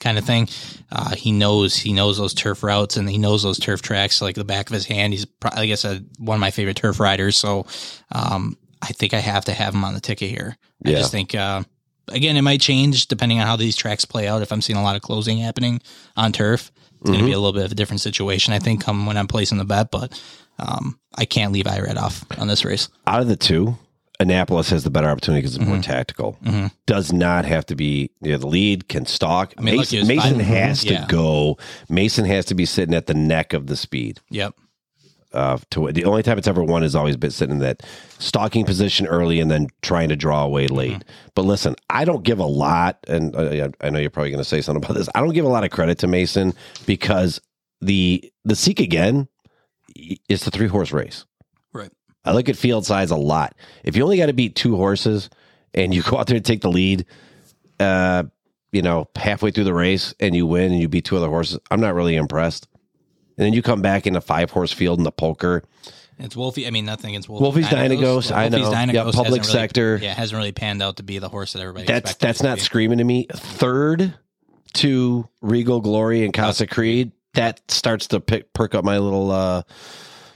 kind of thing. Uh, he knows, he knows those turf routes and he knows those turf tracks like the back of his hand. He's, pro- like I said, one of my favorite turf riders. So, um, I think I have to have him on the ticket here. I
Yeah.
just think, uh, again, it might change depending on how these tracks play out. If I'm seeing a lot of closing happening on turf, it's going to
Mm-hmm.
be a little bit of a different situation, I think, come when I'm placing the bet. But um, I can't leave Irad off on this race.
out of the two, Annapolis has the better opportunity because it's more
Mm-hmm.
tactical. Does not have to be near the lead. Can stalk.
mean, look, he
Mason,
was
Mason
five-
has to
Yeah.
go. Mason has to be sitting at the neck of the speed.
Yep.
Uh, to the only time it's ever won has always been sitting in that stalking position early and then trying to draw away late. But listen, I don't give a lot, and uh, I know you're probably going to say something about this. I don't give a lot of credit to Mason because the the seek again is the three horse race.
Right.
I look at field size a lot. If you only got to beat two horses and you go out there and take the lead, uh, you know, halfway through the race and you win and you beat two other horses, I'm not really impressed. And then you come back in a five horse field in the poker.
It's Wolfie. I mean, nothing against Wolfie.
Wolfie's Dynagos, I know. Yeah, public
hasn't really-
sector.
Yeah, hasn't really panned out to be the horse that everybody.
That's
expected
that's
it to
not
be.
screaming to me. Third to Regal Glory and Casa Creed. That starts to pick, perk up my little. uh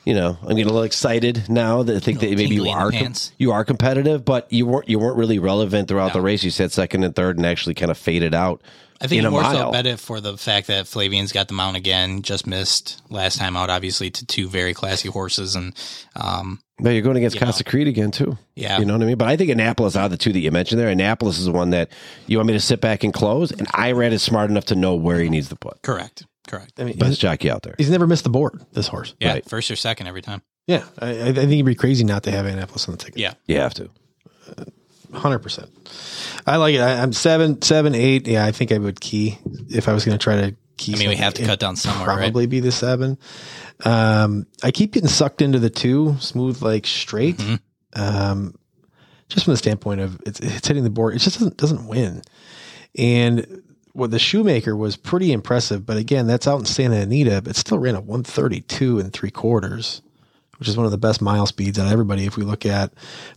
You know, I'm getting a little excited now that I think that
Little
maybe you
tingly in the
are com-
pants.
you are competitive, but you weren't you weren't really relevant throughout the race. You said second and third, and actually kind of faded out.
I think
in a
more
mile.
so bet it for the fact that Flavian's got the mount again, just missed last time out, obviously to two very classy horses, and um,
But you're going against
You know.
Casa Creed again too.
yeah,
You know what I mean? But I think Annapolis out of the two that you mentioned there, Annapolis is the one that you want me to sit back and close. And Irad is smart enough to know where he needs to put
correct, correct.
I mean,
best
he's,
jockey out there.
he's never missed the board. This horse.
Yeah,
Right.
first or second every time.
Yeah, I, I I think it'd be crazy not to have Annapolis on the ticket.
Yeah,
You have to.
hundred percent. I like it. I, I'm seven, seven, eight. Yeah, I think I would key if I was going to try to key.
I mean, we
something,
have to
it'd
cut down somewhere, right?
Probably be the seven. Um, I keep getting sucked into the two, smooth like straight.
Mhm.
Um, just from the standpoint of it's, it's hitting the board, it just doesn't doesn't win. And what the shoemaker was pretty impressive, but again, that's out in Santa Anita, but still ran a one thirty two and three quarters which is one of the best mile speeds out of everybody. If we look at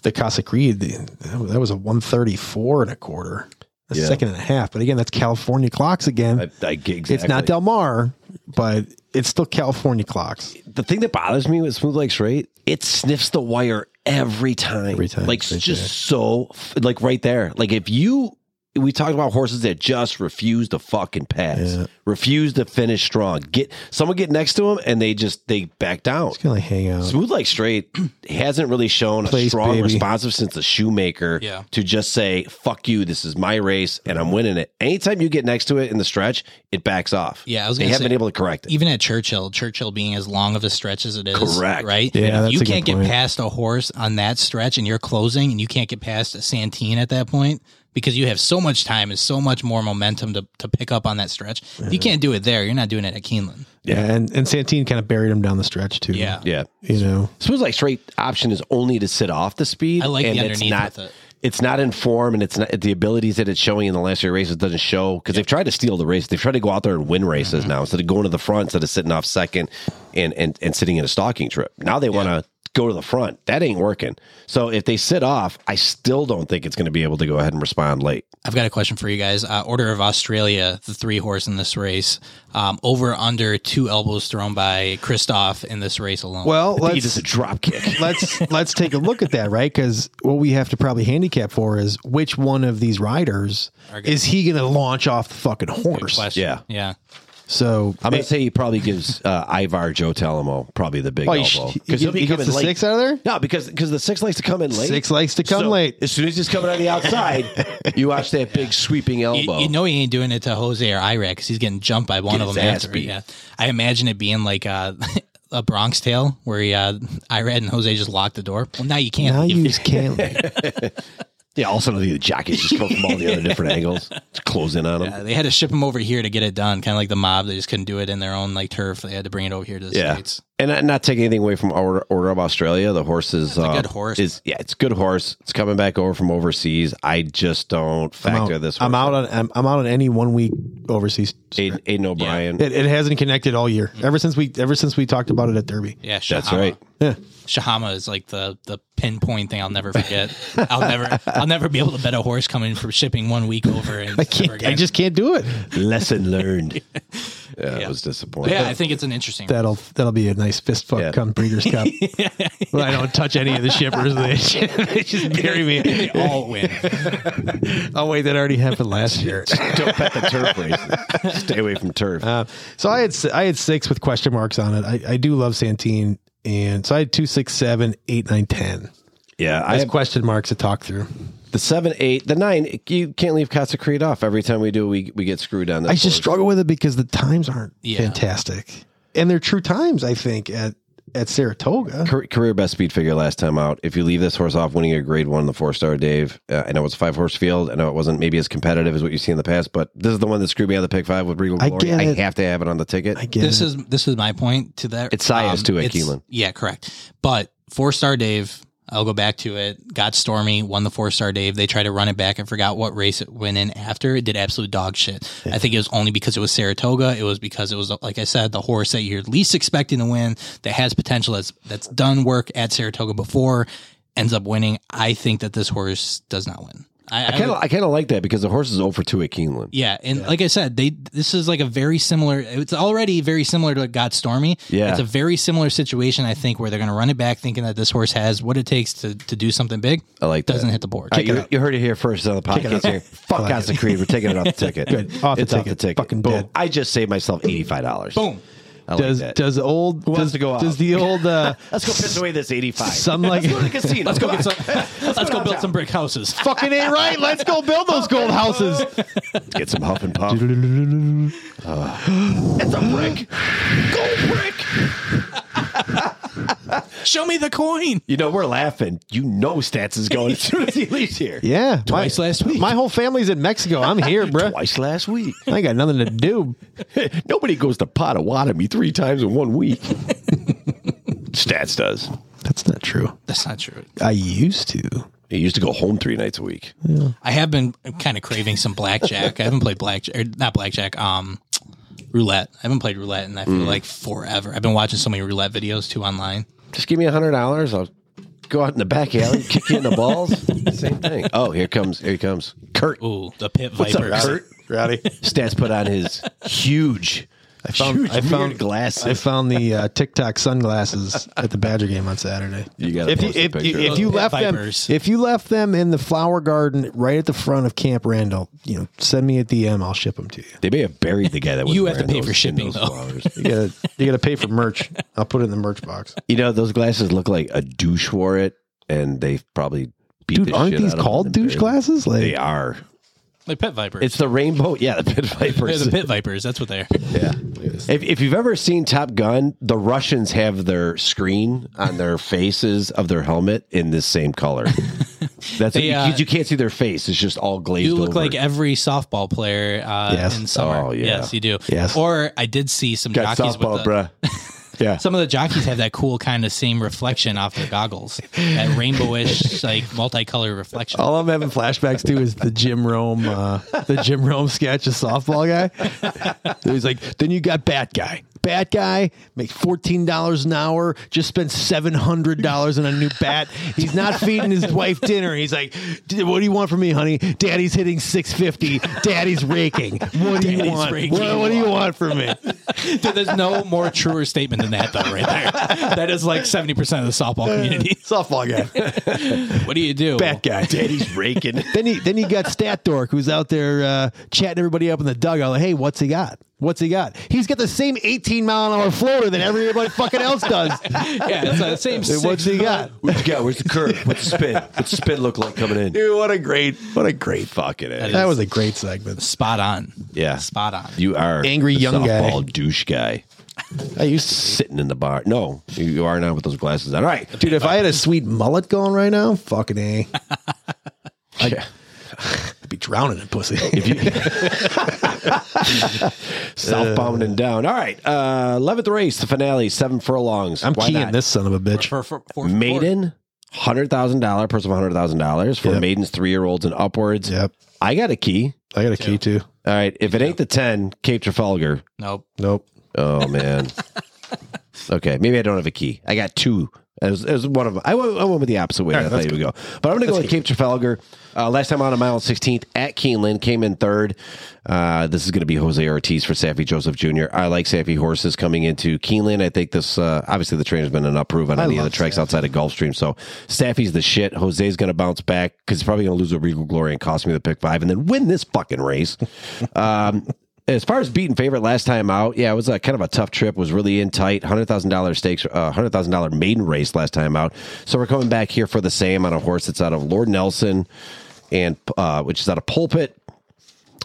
the Casa Creed, the- that was a 134 and a quarter, a
Yeah.
second and a half. But again, that's California clocks again.
I, I get exactly.
It's not Del Mar, but it's still California clocks.
the thing that bothers me with smooth like straight. It sniffs the wire every time.
Every time,
like
it's right
just
there.
so f- like right there. Like if you we talked about horses that just refuse to fucking pass,
Yeah.
refuse to finish strong. Get someone get next to them and they just they back down.
Kind of like hang out.
Smooth like straight hasn't really shown a
Place,
strong
baby.
responsive since the shoemaker
Yeah.
to just say fuck you this is my race and I'm winning it. Anytime you get next to it in the stretch, it backs off.
Yeah, I was
they
gonna
haven't
say-
been able to correct it.
even at Churchill, Churchill being as long of a stretch as it is,
Correct.
Right?
Yeah,
If
that's
you
a good
can't get
point.
past a horse on that stretch, and you're closing, and you can't get past a Santine at that point because you have so much time and so much more momentum to, to pick up on that stretch. If you can't do it there, you're not doing it at Keeneland.
yeah. and and Santine kind of buried him down the stretch too.
Yeah.
yeah.
you know,
Smooth like straight option is only to sit off the speed.
I like the underneath
it's not,
with it.
It's not in form, and it's not the abilities that it's showing in the last year races doesn't show because they've tried to steal the race. They've tried to go out there and win races
Mm-hmm.
now instead of going to the front instead of sitting off second and and, and sitting in a stalking trip. Now they want to go to the front. That ain't working. So if they sit off, I still don't think it's going to be able to go ahead and respond late.
I've got a question for you guys. Uh, Order of Australia, the three horse in this race, um, over under two elbows thrown by Kristoff in this race alone.
Well,
I think he
let's
just a drop kick.
let's let's take a look at that, right? Because what we have to probably handicap for is which one of these riders is he going to launch off the fucking horse?
question.
yeah.
yeah.
So
I'm going to say he probably gives uh, Ivar Joe Talamo probably the big
Oh, he sh-
elbow
he- he gets the six out of there?
No, because because the six likes to come in late.
Six likes to come
So
late.
As soon as he's coming on the outside, you watch that big sweeping
You,
elbow.
you know he ain't doing it to Jose or Iraq because he's getting jumped by one
Get
of
his
them.
ass
After,
beat.
yeah, I imagine it being like uh, a Bronx Tale where he, uh, Iraq and Jose just locked the door. Well, now you can't.
now
leave.
you can't.
yeah, all of a sudden the jockeys just come from all the other different angles, just close in on him.
Uh, they had to ship him over here to get it done, kind of like the mob. They just couldn't do it in their own like turf. They had to bring it over here to the
Yeah.
states.
And not, not taking anything away from Order, Order of Australia, the horse is
a
uh,
good horse.
Is yeah, it's a good horse. It's coming back over from overseas. I just don't factor this.
I'm
horse.
out on I'm, I'm out on any one week overseas.
Aiden, Aiden O'Brien.
It, it hasn't connected all year. Ever since we ever since we talked about it at Derby.
Yeah, Shahama.
That's right.
Yeah.
Shahama is like the the pinpoint thing I'll never forget. I'll never I'll never be able to bet a horse coming from shipping one week over. And
I can't I just can't do it.
Lesson learned. Yeah, it
Yeah.
was disappointing.
yeah. I think it's an interesting.
That'll that'll be a nice fist fuck
Yeah.
come Breeders' Cup. Well, I don't touch any of the shippers. They just, they just bury me.
they all win.
Oh wait, that already happened last year.
Don't bet the turf races. Stay away from turf.
Uh, so I had s- I had six with question marks on it. I, I do love Santine, and so I had two, six, seven, eight, nine, ten.
yeah, I
I
have
have question marks to talk through.
the seven, eight, the nine. You can't leave Casa Creed off. Every time we do, we we get screwed on. This
I just
horse.
struggle with it because the times aren't
Yeah.
fantastic, and they're true times. I think at at Saratoga.
Car- career best speed figure last time out. If you leave this horse off winning a grade one, the four star Dave, uh, I know it's a five horse field. I know it wasn't maybe as competitive as what you've seen in the past, but this is the one that screwed me out of the pick five with Regal
I
Glory.
get
I
it.
have to have it on the ticket.
I get
This
it.
is this is my point to that. um,
It's Saez too, at
it's-
Keeneland.
Yeah, correct. But four star Dave, I'll go back to it. Got stormy, won the four star Dave. They tried to run it back. I forgot what race it went in after. It did absolute dog shit. I think it was only because it was Saratoga. It was because it was like I said, the horse that you're least expecting to win that has potential. That's that's done work at Saratoga before ends up winning. I think that this horse does not win. I, I
I kind
would-
of I kind of like that because the horse is over two at Keeneland.
yeah, and like I said, they this is like a very similar. It's already very similar to God Stormy.
Yeah.
it's a very similar situation. I think where they're going to run it back, thinking that this horse has what it takes to, to do something big.
I like that.
doesn't hit the board.
All right, Uh, you, you heard it here first on the podcast. Here, fuck Casa Creed. We're taking it off the ticket.
Good. Off the
it's off the
ticket.
ticket.
Fucking
Boom.
dead.
I just saved myself eighty five dollars.
Boom.
I like
does
that.
does old does,
wants to go out?
does the old uh,
Let's go piss away this eighty five.
Some like-
Let's go to the casino. Let's go get some.
Let's go build some brick houses.
fucking ain't right? Let's go build those gold houses.
Get some huff and puff. It's a brick. Go brick.
Show me the coin.
You know, we're laughing. You know Stats is going as soon as he leaves here.
Yeah,
Twice
my,
last week.
My whole family's in Mexico. I'm here, bruh.
Twice last week.
I ain't got nothing to do.
Nobody goes to Potawatomi three times in one week. Stats does.
That's not true.
That's not true.
I used to.
He used to go home three nights a week.
I have been kind of craving some blackjack. I haven't played blackjack, or not blackjack. Um, roulette. I haven't played roulette, and I
Mm.
feel like forever. I've been watching so many roulette videos too online.
Just give me a hundred dollars. I'll go out in the back alley, kick you in the balls. Same thing. Oh, here comes here he comes Kurt.
Ooh, the pit
What's up,
vipers.
Kurt?
Rowdy.
Stats put on his huge, I
found-
huge
I found-
weird glasses.
I found the uh, TikTok sunglasses at the Badger game on Saturday.
You gotta
if you
post a
if, you
picture
if
of
you
them.
left them
Vipers.
if you left them in the flower garden right at the front of Camp Randall, you know, send me a DM. I'll ship them to you.
they may have buried the guy that was
You have to
wearing
pay for
those-
shipping,
those
though.
flowers.
You gotta you gotta pay for merch. I'll put it in the merch box.
You know, those glasses look like a douche wore it, and they probably beat
Dude,
the
aren't
shit
these
out of
called
them and
douche
buried them.
glasses? Like
They are.
Like pit vipers.
It's the rainbow. Yeah, the pit
They're
vipers.
the pit vipers. That's what they are.
yeah. If, if you've ever seen Top Gun, the Russians have their screen on their faces of their helmet in this same color. That's
They,
it. You-
uh,
you, can't see their face. It's just all glazed.
You look
over.
like every softball player uh,
Yes.
in summer.
Oh, yeah.
Yes, you do.
Yes.
Or I did see some
got
jockeys
softball,
with the,
bruh. Yeah.
some of the jockeys have that cool kind of same reflection off their goggles, that rainbowish like multicolored
Oh.
reflection.
all I'm having flashbacks to is the Jim Rome, uh, the Jim Rome sketch, a softball guy. He's like, then you got Bat Guy, Bat guy makes fourteen dollars an hour. Just spent seven hundred dollars on a new bat. He's not feeding his wife dinner. He's like, "D- "What do you want from me, honey? Daddy's hitting six fifty. Daddy's raking. What do you
Daddy's
want?
raking.
What, what do you want from me?"
Dude, there's no more truer statement than that, though, right there. That is like 70% of the softball community.
Softball guy,
What do you do?
bat guy.
Daddy's raking.
Then he then he got Stat Dork, who's out there uh, chatting everybody up in the dugout. Like, hey, what's he got? What's he got? He's got the same 18 mile an hour floater that everybody fucking else does.
Yeah, it's the same
Hey, what's
six-
he got?
What you got? Where's the curve? What's the spin? What's the spin look like coming in?
Dude, what a great, what a great.
Fucking it.
That was a great segment.
Spot on.
Yeah.
Spot on.
You are
Angry
the
young guy.
softball douche guy
I used to,
sitting in the bar. No, you- you are now with those glasses on. All right,
dude, if I had a sweet mullet going right now, fucking a,
Yeah.
I'd be drowning in pussy.
southbound and down. All right, uh, eleventh race, the finale, seven furlongs.
I'm
Why
keying
not?
this son of a bitch.
For, for, for,
Maiden, hundred thousand dollar, person hundred thousand dollars for
Yep.
maidens three year olds and upwards.
Yep,
I got a key.
I got a key too.
All right, if it ain't the ten, Cape Trafalgar.
Nope.
Nope.
Oh man. okay, maybe I don't have a key. I got two. It was, it was one of them. I went, I went with the opposite way. I thought you would go, but I'm going to go with Cape Trafalgar. Uh, last time out, a mile and 16th at Keeneland, came in third. Uh, this is going to be Jose Ortiz for Safi Joseph Jr. I like Safi horses coming into Keeneland. I think this uh, obviously the trainer's been an approve on any of the tracks outside of Gulfstream. So Safi's the shit. Jose's going to bounce back because he's probably going to lose a Regal Glory and cost me the pick five, and then win this fucking race. Um, as far as beating favorite last time out, yeah, it was a kind of a tough trip. Was really in tight, hundred thousand dollar stakes, uh, hundred thousand dollar maiden race last time out. So we're coming back here for the same on a horse that's out of Lord Nelson, and uh, which is out of Pulpit.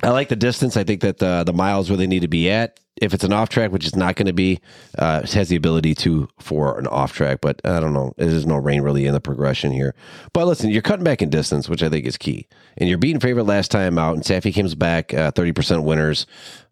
I like the distance. I think that the the miles where they need to be at. If it's an off track, which it's not going to be, uh, it has the ability to for an off track. But I don't know. There's no rain really in the progression here. But listen, you're cutting back in distance, which I think is key. And you're beating favorite last time out. And Safi comes back uh, 30% winners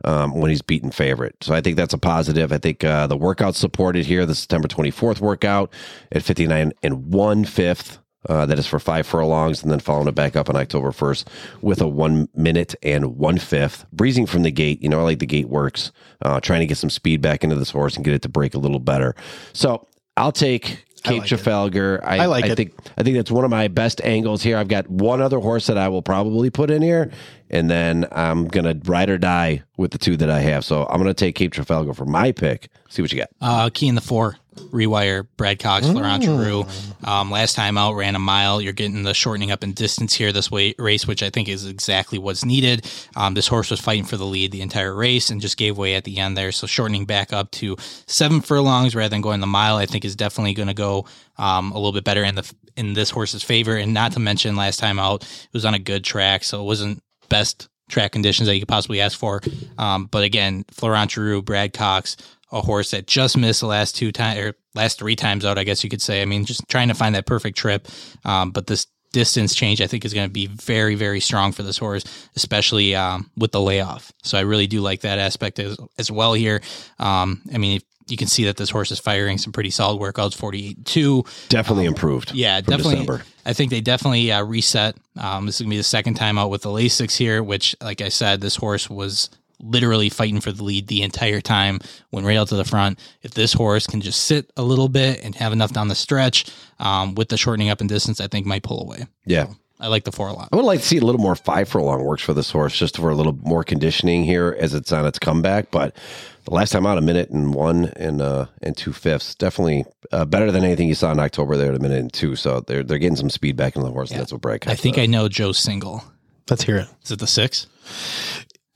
um, when he's beaten favorite. So I think that's a positive. I think uh, the workout supported here, the September 24th workout at 59 and one fifth. Uh, that is for five furlongs, and then following it back up on October 1st with a one minute and one fifth. Breezing from the gate, you know, I like the gate works, uh, trying to get some speed back into this horse and get it to break a little better. So I'll take Cape Trafalgar. I,
I like it.
think I think that's one of my best angles here. I've got one other horse that I will probably put in here, and then I'm gonna ride or die with the two that I have. So I'm gonna take Cape Trafalgar for my pick. See what you got.
Uh, key in the four, rewire, Brad Cox, Laurent Giroux. Um, last time out, ran a mile. You're getting the shortening up in distance here this way, race, which I think is exactly what's needed. Um, this horse was fighting for the lead the entire race and just gave way at the end there. So shortening back up to seven furlongs rather than going the mile, I think is definitely going to go um, a little bit better in the in this horse's favor. And not to mention, last time out, it was on a good track, so it wasn't best track conditions that you could possibly ask for. Um, but again, Florent Giroux, Brad Cox, a horse that just missed the last two times or last three times out, I guess you could say. I mean, just trying to find that perfect trip. Um, but this distance change, I think, is going to be very, very strong for this horse, especially um, with the layoff. So I really do like that aspect as, as well here. Um, I mean, you can see that this horse is firing some pretty solid workouts, 48 2.
Definitely improved.
Yeah,
from
definitely.
December.
I think they definitely uh, reset. Um, this is gonna be the second time out with the Lasix here, which, like I said, this horse was literally fighting for the lead the entire time. Went right out to the front. If this horse can just sit a little bit and have enough down the stretch, um, with the shortening up in distance, I think might pull away.
Yeah.
I like the four a lot.
I would like to see a little more five furlong works for this horse, just for a little more conditioning here as it's on its comeback. But the last time out, a minute and one and uh and two fifths, definitely uh, better than anything you saw in October. There at a minute and two, so they're they're getting some speed back into the horse, and that's what Brad.
I think I know Joe's single.
Let's hear it.
Is it the six?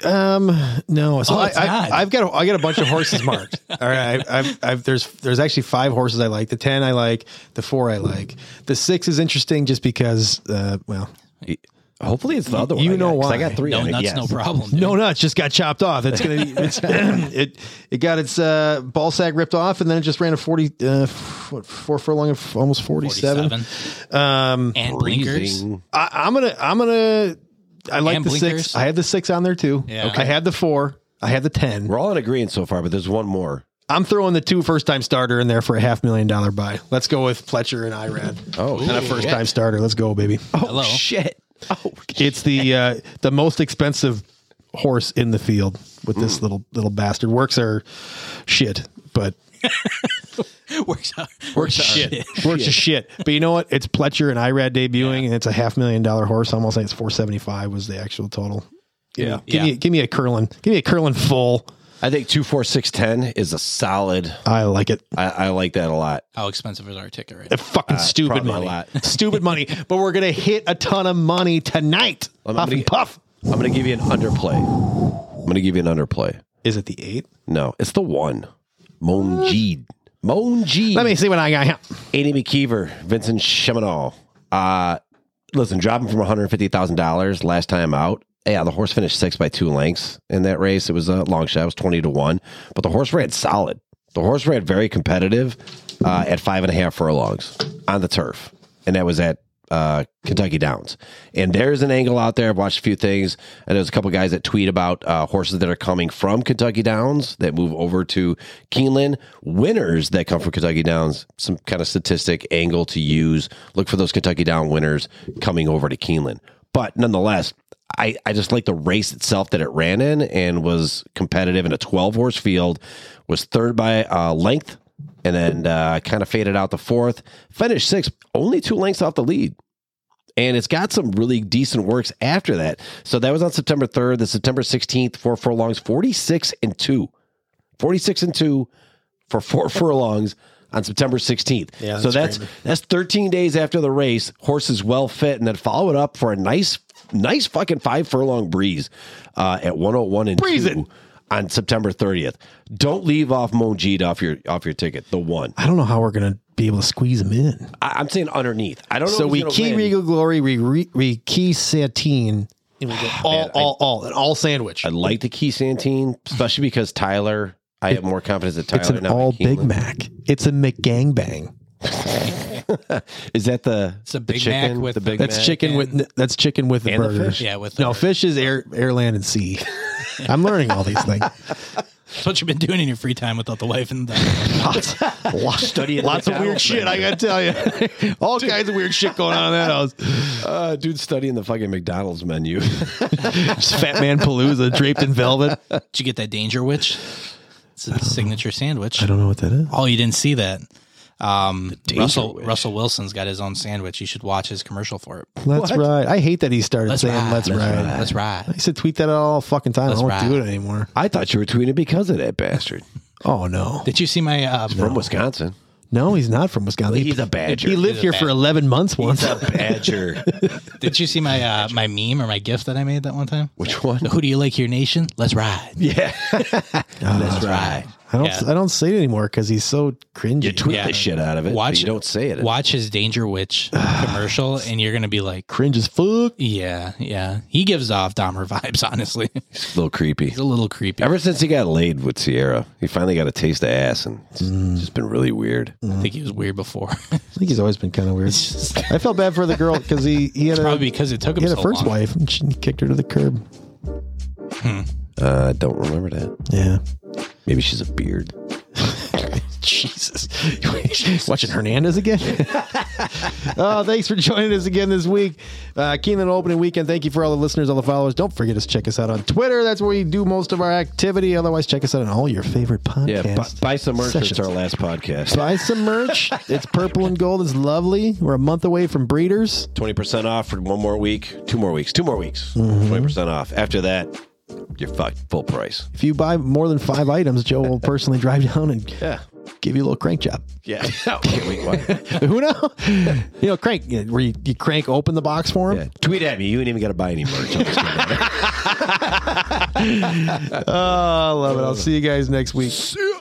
Um, no. So
Oh,
I,
it's not.
I, I've got a, I got a bunch of horses marked. All right, I, I've, I've there's there's actually five horses I like. The ten I like. The four I like. The six is interesting just because. Uh, well,
hopefully it's the other one.
you
I
know
got, 'cause I
why.
got three.
No
I think,
nuts,
yes.
no problem. dude.
no nuts just got chopped off. It's gonna be it's it it got its uh, ball sack ripped off and then it just ran a forty uh, f- what, four furlong of almost forty seven.
47.
Um,
and blinkers.
Freezing.
I, I'm gonna I'm gonna I like
And
the
blinkers?
six. I had the six on there too.
Yeah.
I had the four. I had the ten.
We're all in agreement so far, but there's one more.
I'm throwing the two first time starter in there for a half million dollar buy. Let's go with Fletcher and Irad.
Oh,
And a first time starter. Let's go, baby.
Hello.
shit!
It's the uh, the most expensive horse in the field with
Mm.
this little little bastard. Works are shit, but
Works out.
works shit. Works are shit. But you know what? It's Pletcher and Irad debuting, and it's a half million dollar horse. I almost think it's four seventy five was the actual total. Give
Yeah.
me, give
Yeah.
me give me a curling, give me a curling full.
I think two four six ten is a solid.
I like it.
I, I like that a lot.
How expensive is our ticket right
Uh, Fucking stupid
probably a
money,
lot.
stupid money. But we're gonna hit a ton of money tonight.
I'm
Puff
gonna
and
get-
puff.
I'm going to give you an underplay. I'm going to give you an underplay.
Is it the eight?
No, it's the one. Mongeed. Mongeed.
Let me see what I got here.
Andy McKeever, Vincent Cheminol. Uh, listen, dropping from $150,000 last time out. Yeah, the horse finished six by two lengths in that race. It was a long shot. It was 20 to one, but the horse ran solid. The horse ran very competitive uh, at five and a half furlongs on the turf. And that was at uh, Kentucky Downs. And there's an angle out there. I've watched a few things, and there's a couple guys that tweet about uh, horses that are coming from Kentucky Downs that move over to Keeneland. Winners that come from Kentucky Downs, some kind of statistic angle to use. Look for those Kentucky Down winners coming over to Keeneland. But nonetheless, I, I just like the race itself that it ran in and was competitive in a 12 horse field, was third by uh, length and then uh, kind of faded out the fourth. Finished sixth, only two lengths off the lead. And it's got some really decent works after that. So that was on September 3rd, the September 16th, four furlongs, 46 and two. 46 and two for four furlongs on September 16th.
Yeah,
so
that's
that's that's 13 days after the race. Horse is well fit, and then follow it up for a nice, nice fucking five furlong breeze uh, at 101 and
Breeze it.
two on September 30th. Don't leave off Mongeed off your off your ticket. The one
I don't know how we're gonna be able to squeeze them in.
I, I'm saying underneath. I don't know.
So
who's
we
gonna
key
win.
Regal Glory, we, re, we key Satine, and we get all, all, all, an all sandwich.
I like the Key Santine, especially because Tyler. I have more confidence that Tyler.
it's an
not
all
Keeneland.
Big Mac. It's a McGangbang.
Is that the
It's a
the
Big
chicken,
Mac with
the Big
That's
Mac?
chicken with that's chicken with the
and the
burger.
fish.
Yeah, with
no
the-
fish is air, air, land, and sea. I'm learning all these things.
That's what you've been doing in your free time without the wife and the.
Lots,
Study it
lots of
like
weird shit. I gotta tell you, all kinds of weird shit going on in that house.
Uh, dude, studying the fucking McDonald's menu.
Just Fat Man Palooza draped in velvet. I
Did you get that Danger Witch? It's a signature sandwich.
don't know what that is.
Oh, you didn't see that. Um, Russell
Witch.
Russell Wilson's got his own sandwich. You should watch his commercial for it.
Let's ride. I hate that he started
Let's
saying
ride.
"Let's
Let's
ride."
That's
I
right.
used to tweet that all fucking time.
Let's
I don't do it
ride.
anymore.
I thought you were tweeting because of that bastard
Oh no,
Did you see my? Uh,
from Wisconsin.
no, he's not from Wisconsin.
He's a badger.
He lived
He's a
here for
badger.
eleven months once.
badger.
Did you see my uh, my meme or my gif that I made that one time?
Which one?
Who do you like your nation? Let's ride.
Yeah, that's right.
I don't.
Yeah.
I don't say it anymore because he's so cringy.
You tweet
Yeah.
the shit out of it. Watch,
Watch
but you
it.
don't say it.
Watch his Danger Witch commercial, and you're gonna be like,
cringe as fuck.
yeah, yeah. He gives off Dahmer vibes. Honestly, he's
It's a little creepy.
a little creepy.
Ever since he got laid with Sierra, he finally got a taste of ass, and it's just been really weird.
I think he was weird before.
I think he's always been kind of weird. I felt bad for the girl because he he had a,
Probably because it took
he
him
had
so
a first
long.
wife and she kicked her to the curb.
Uh, I don't remember that.
Yeah.
Maybe she's a beard.
Jesus. Watching Hernandez again? oh, thanks for joining us again this week. Uh, Keeneland opening weekend. Thank you for all the listeners, all the followers. Don't forget to check us out on Twitter. That's where we do most of our activity. Otherwise, check us out on all your favorite
Yeah,
podcasts.
bu- buy some merch. It's
sessions.
our last podcast.
Buy some merch. it's purple and gold. It's lovely. We're a month away from Breeders.
Twenty percent off for one more week, two more weeks, two more weeks. 20 percent off. After that, you're fucked. Full price.
If you buy more than five items, Joe will personally drive down and
Yeah.
give you a little crank job.
Yeah. okay, wait, what?
Who know? you know, crank you know, where you, you crank open the box for him.
Yeah. Tweet at me. You ain't even got to buy any merch. I'm just kidding.
Oh, I love it. I'll see you guys next week.
See ya.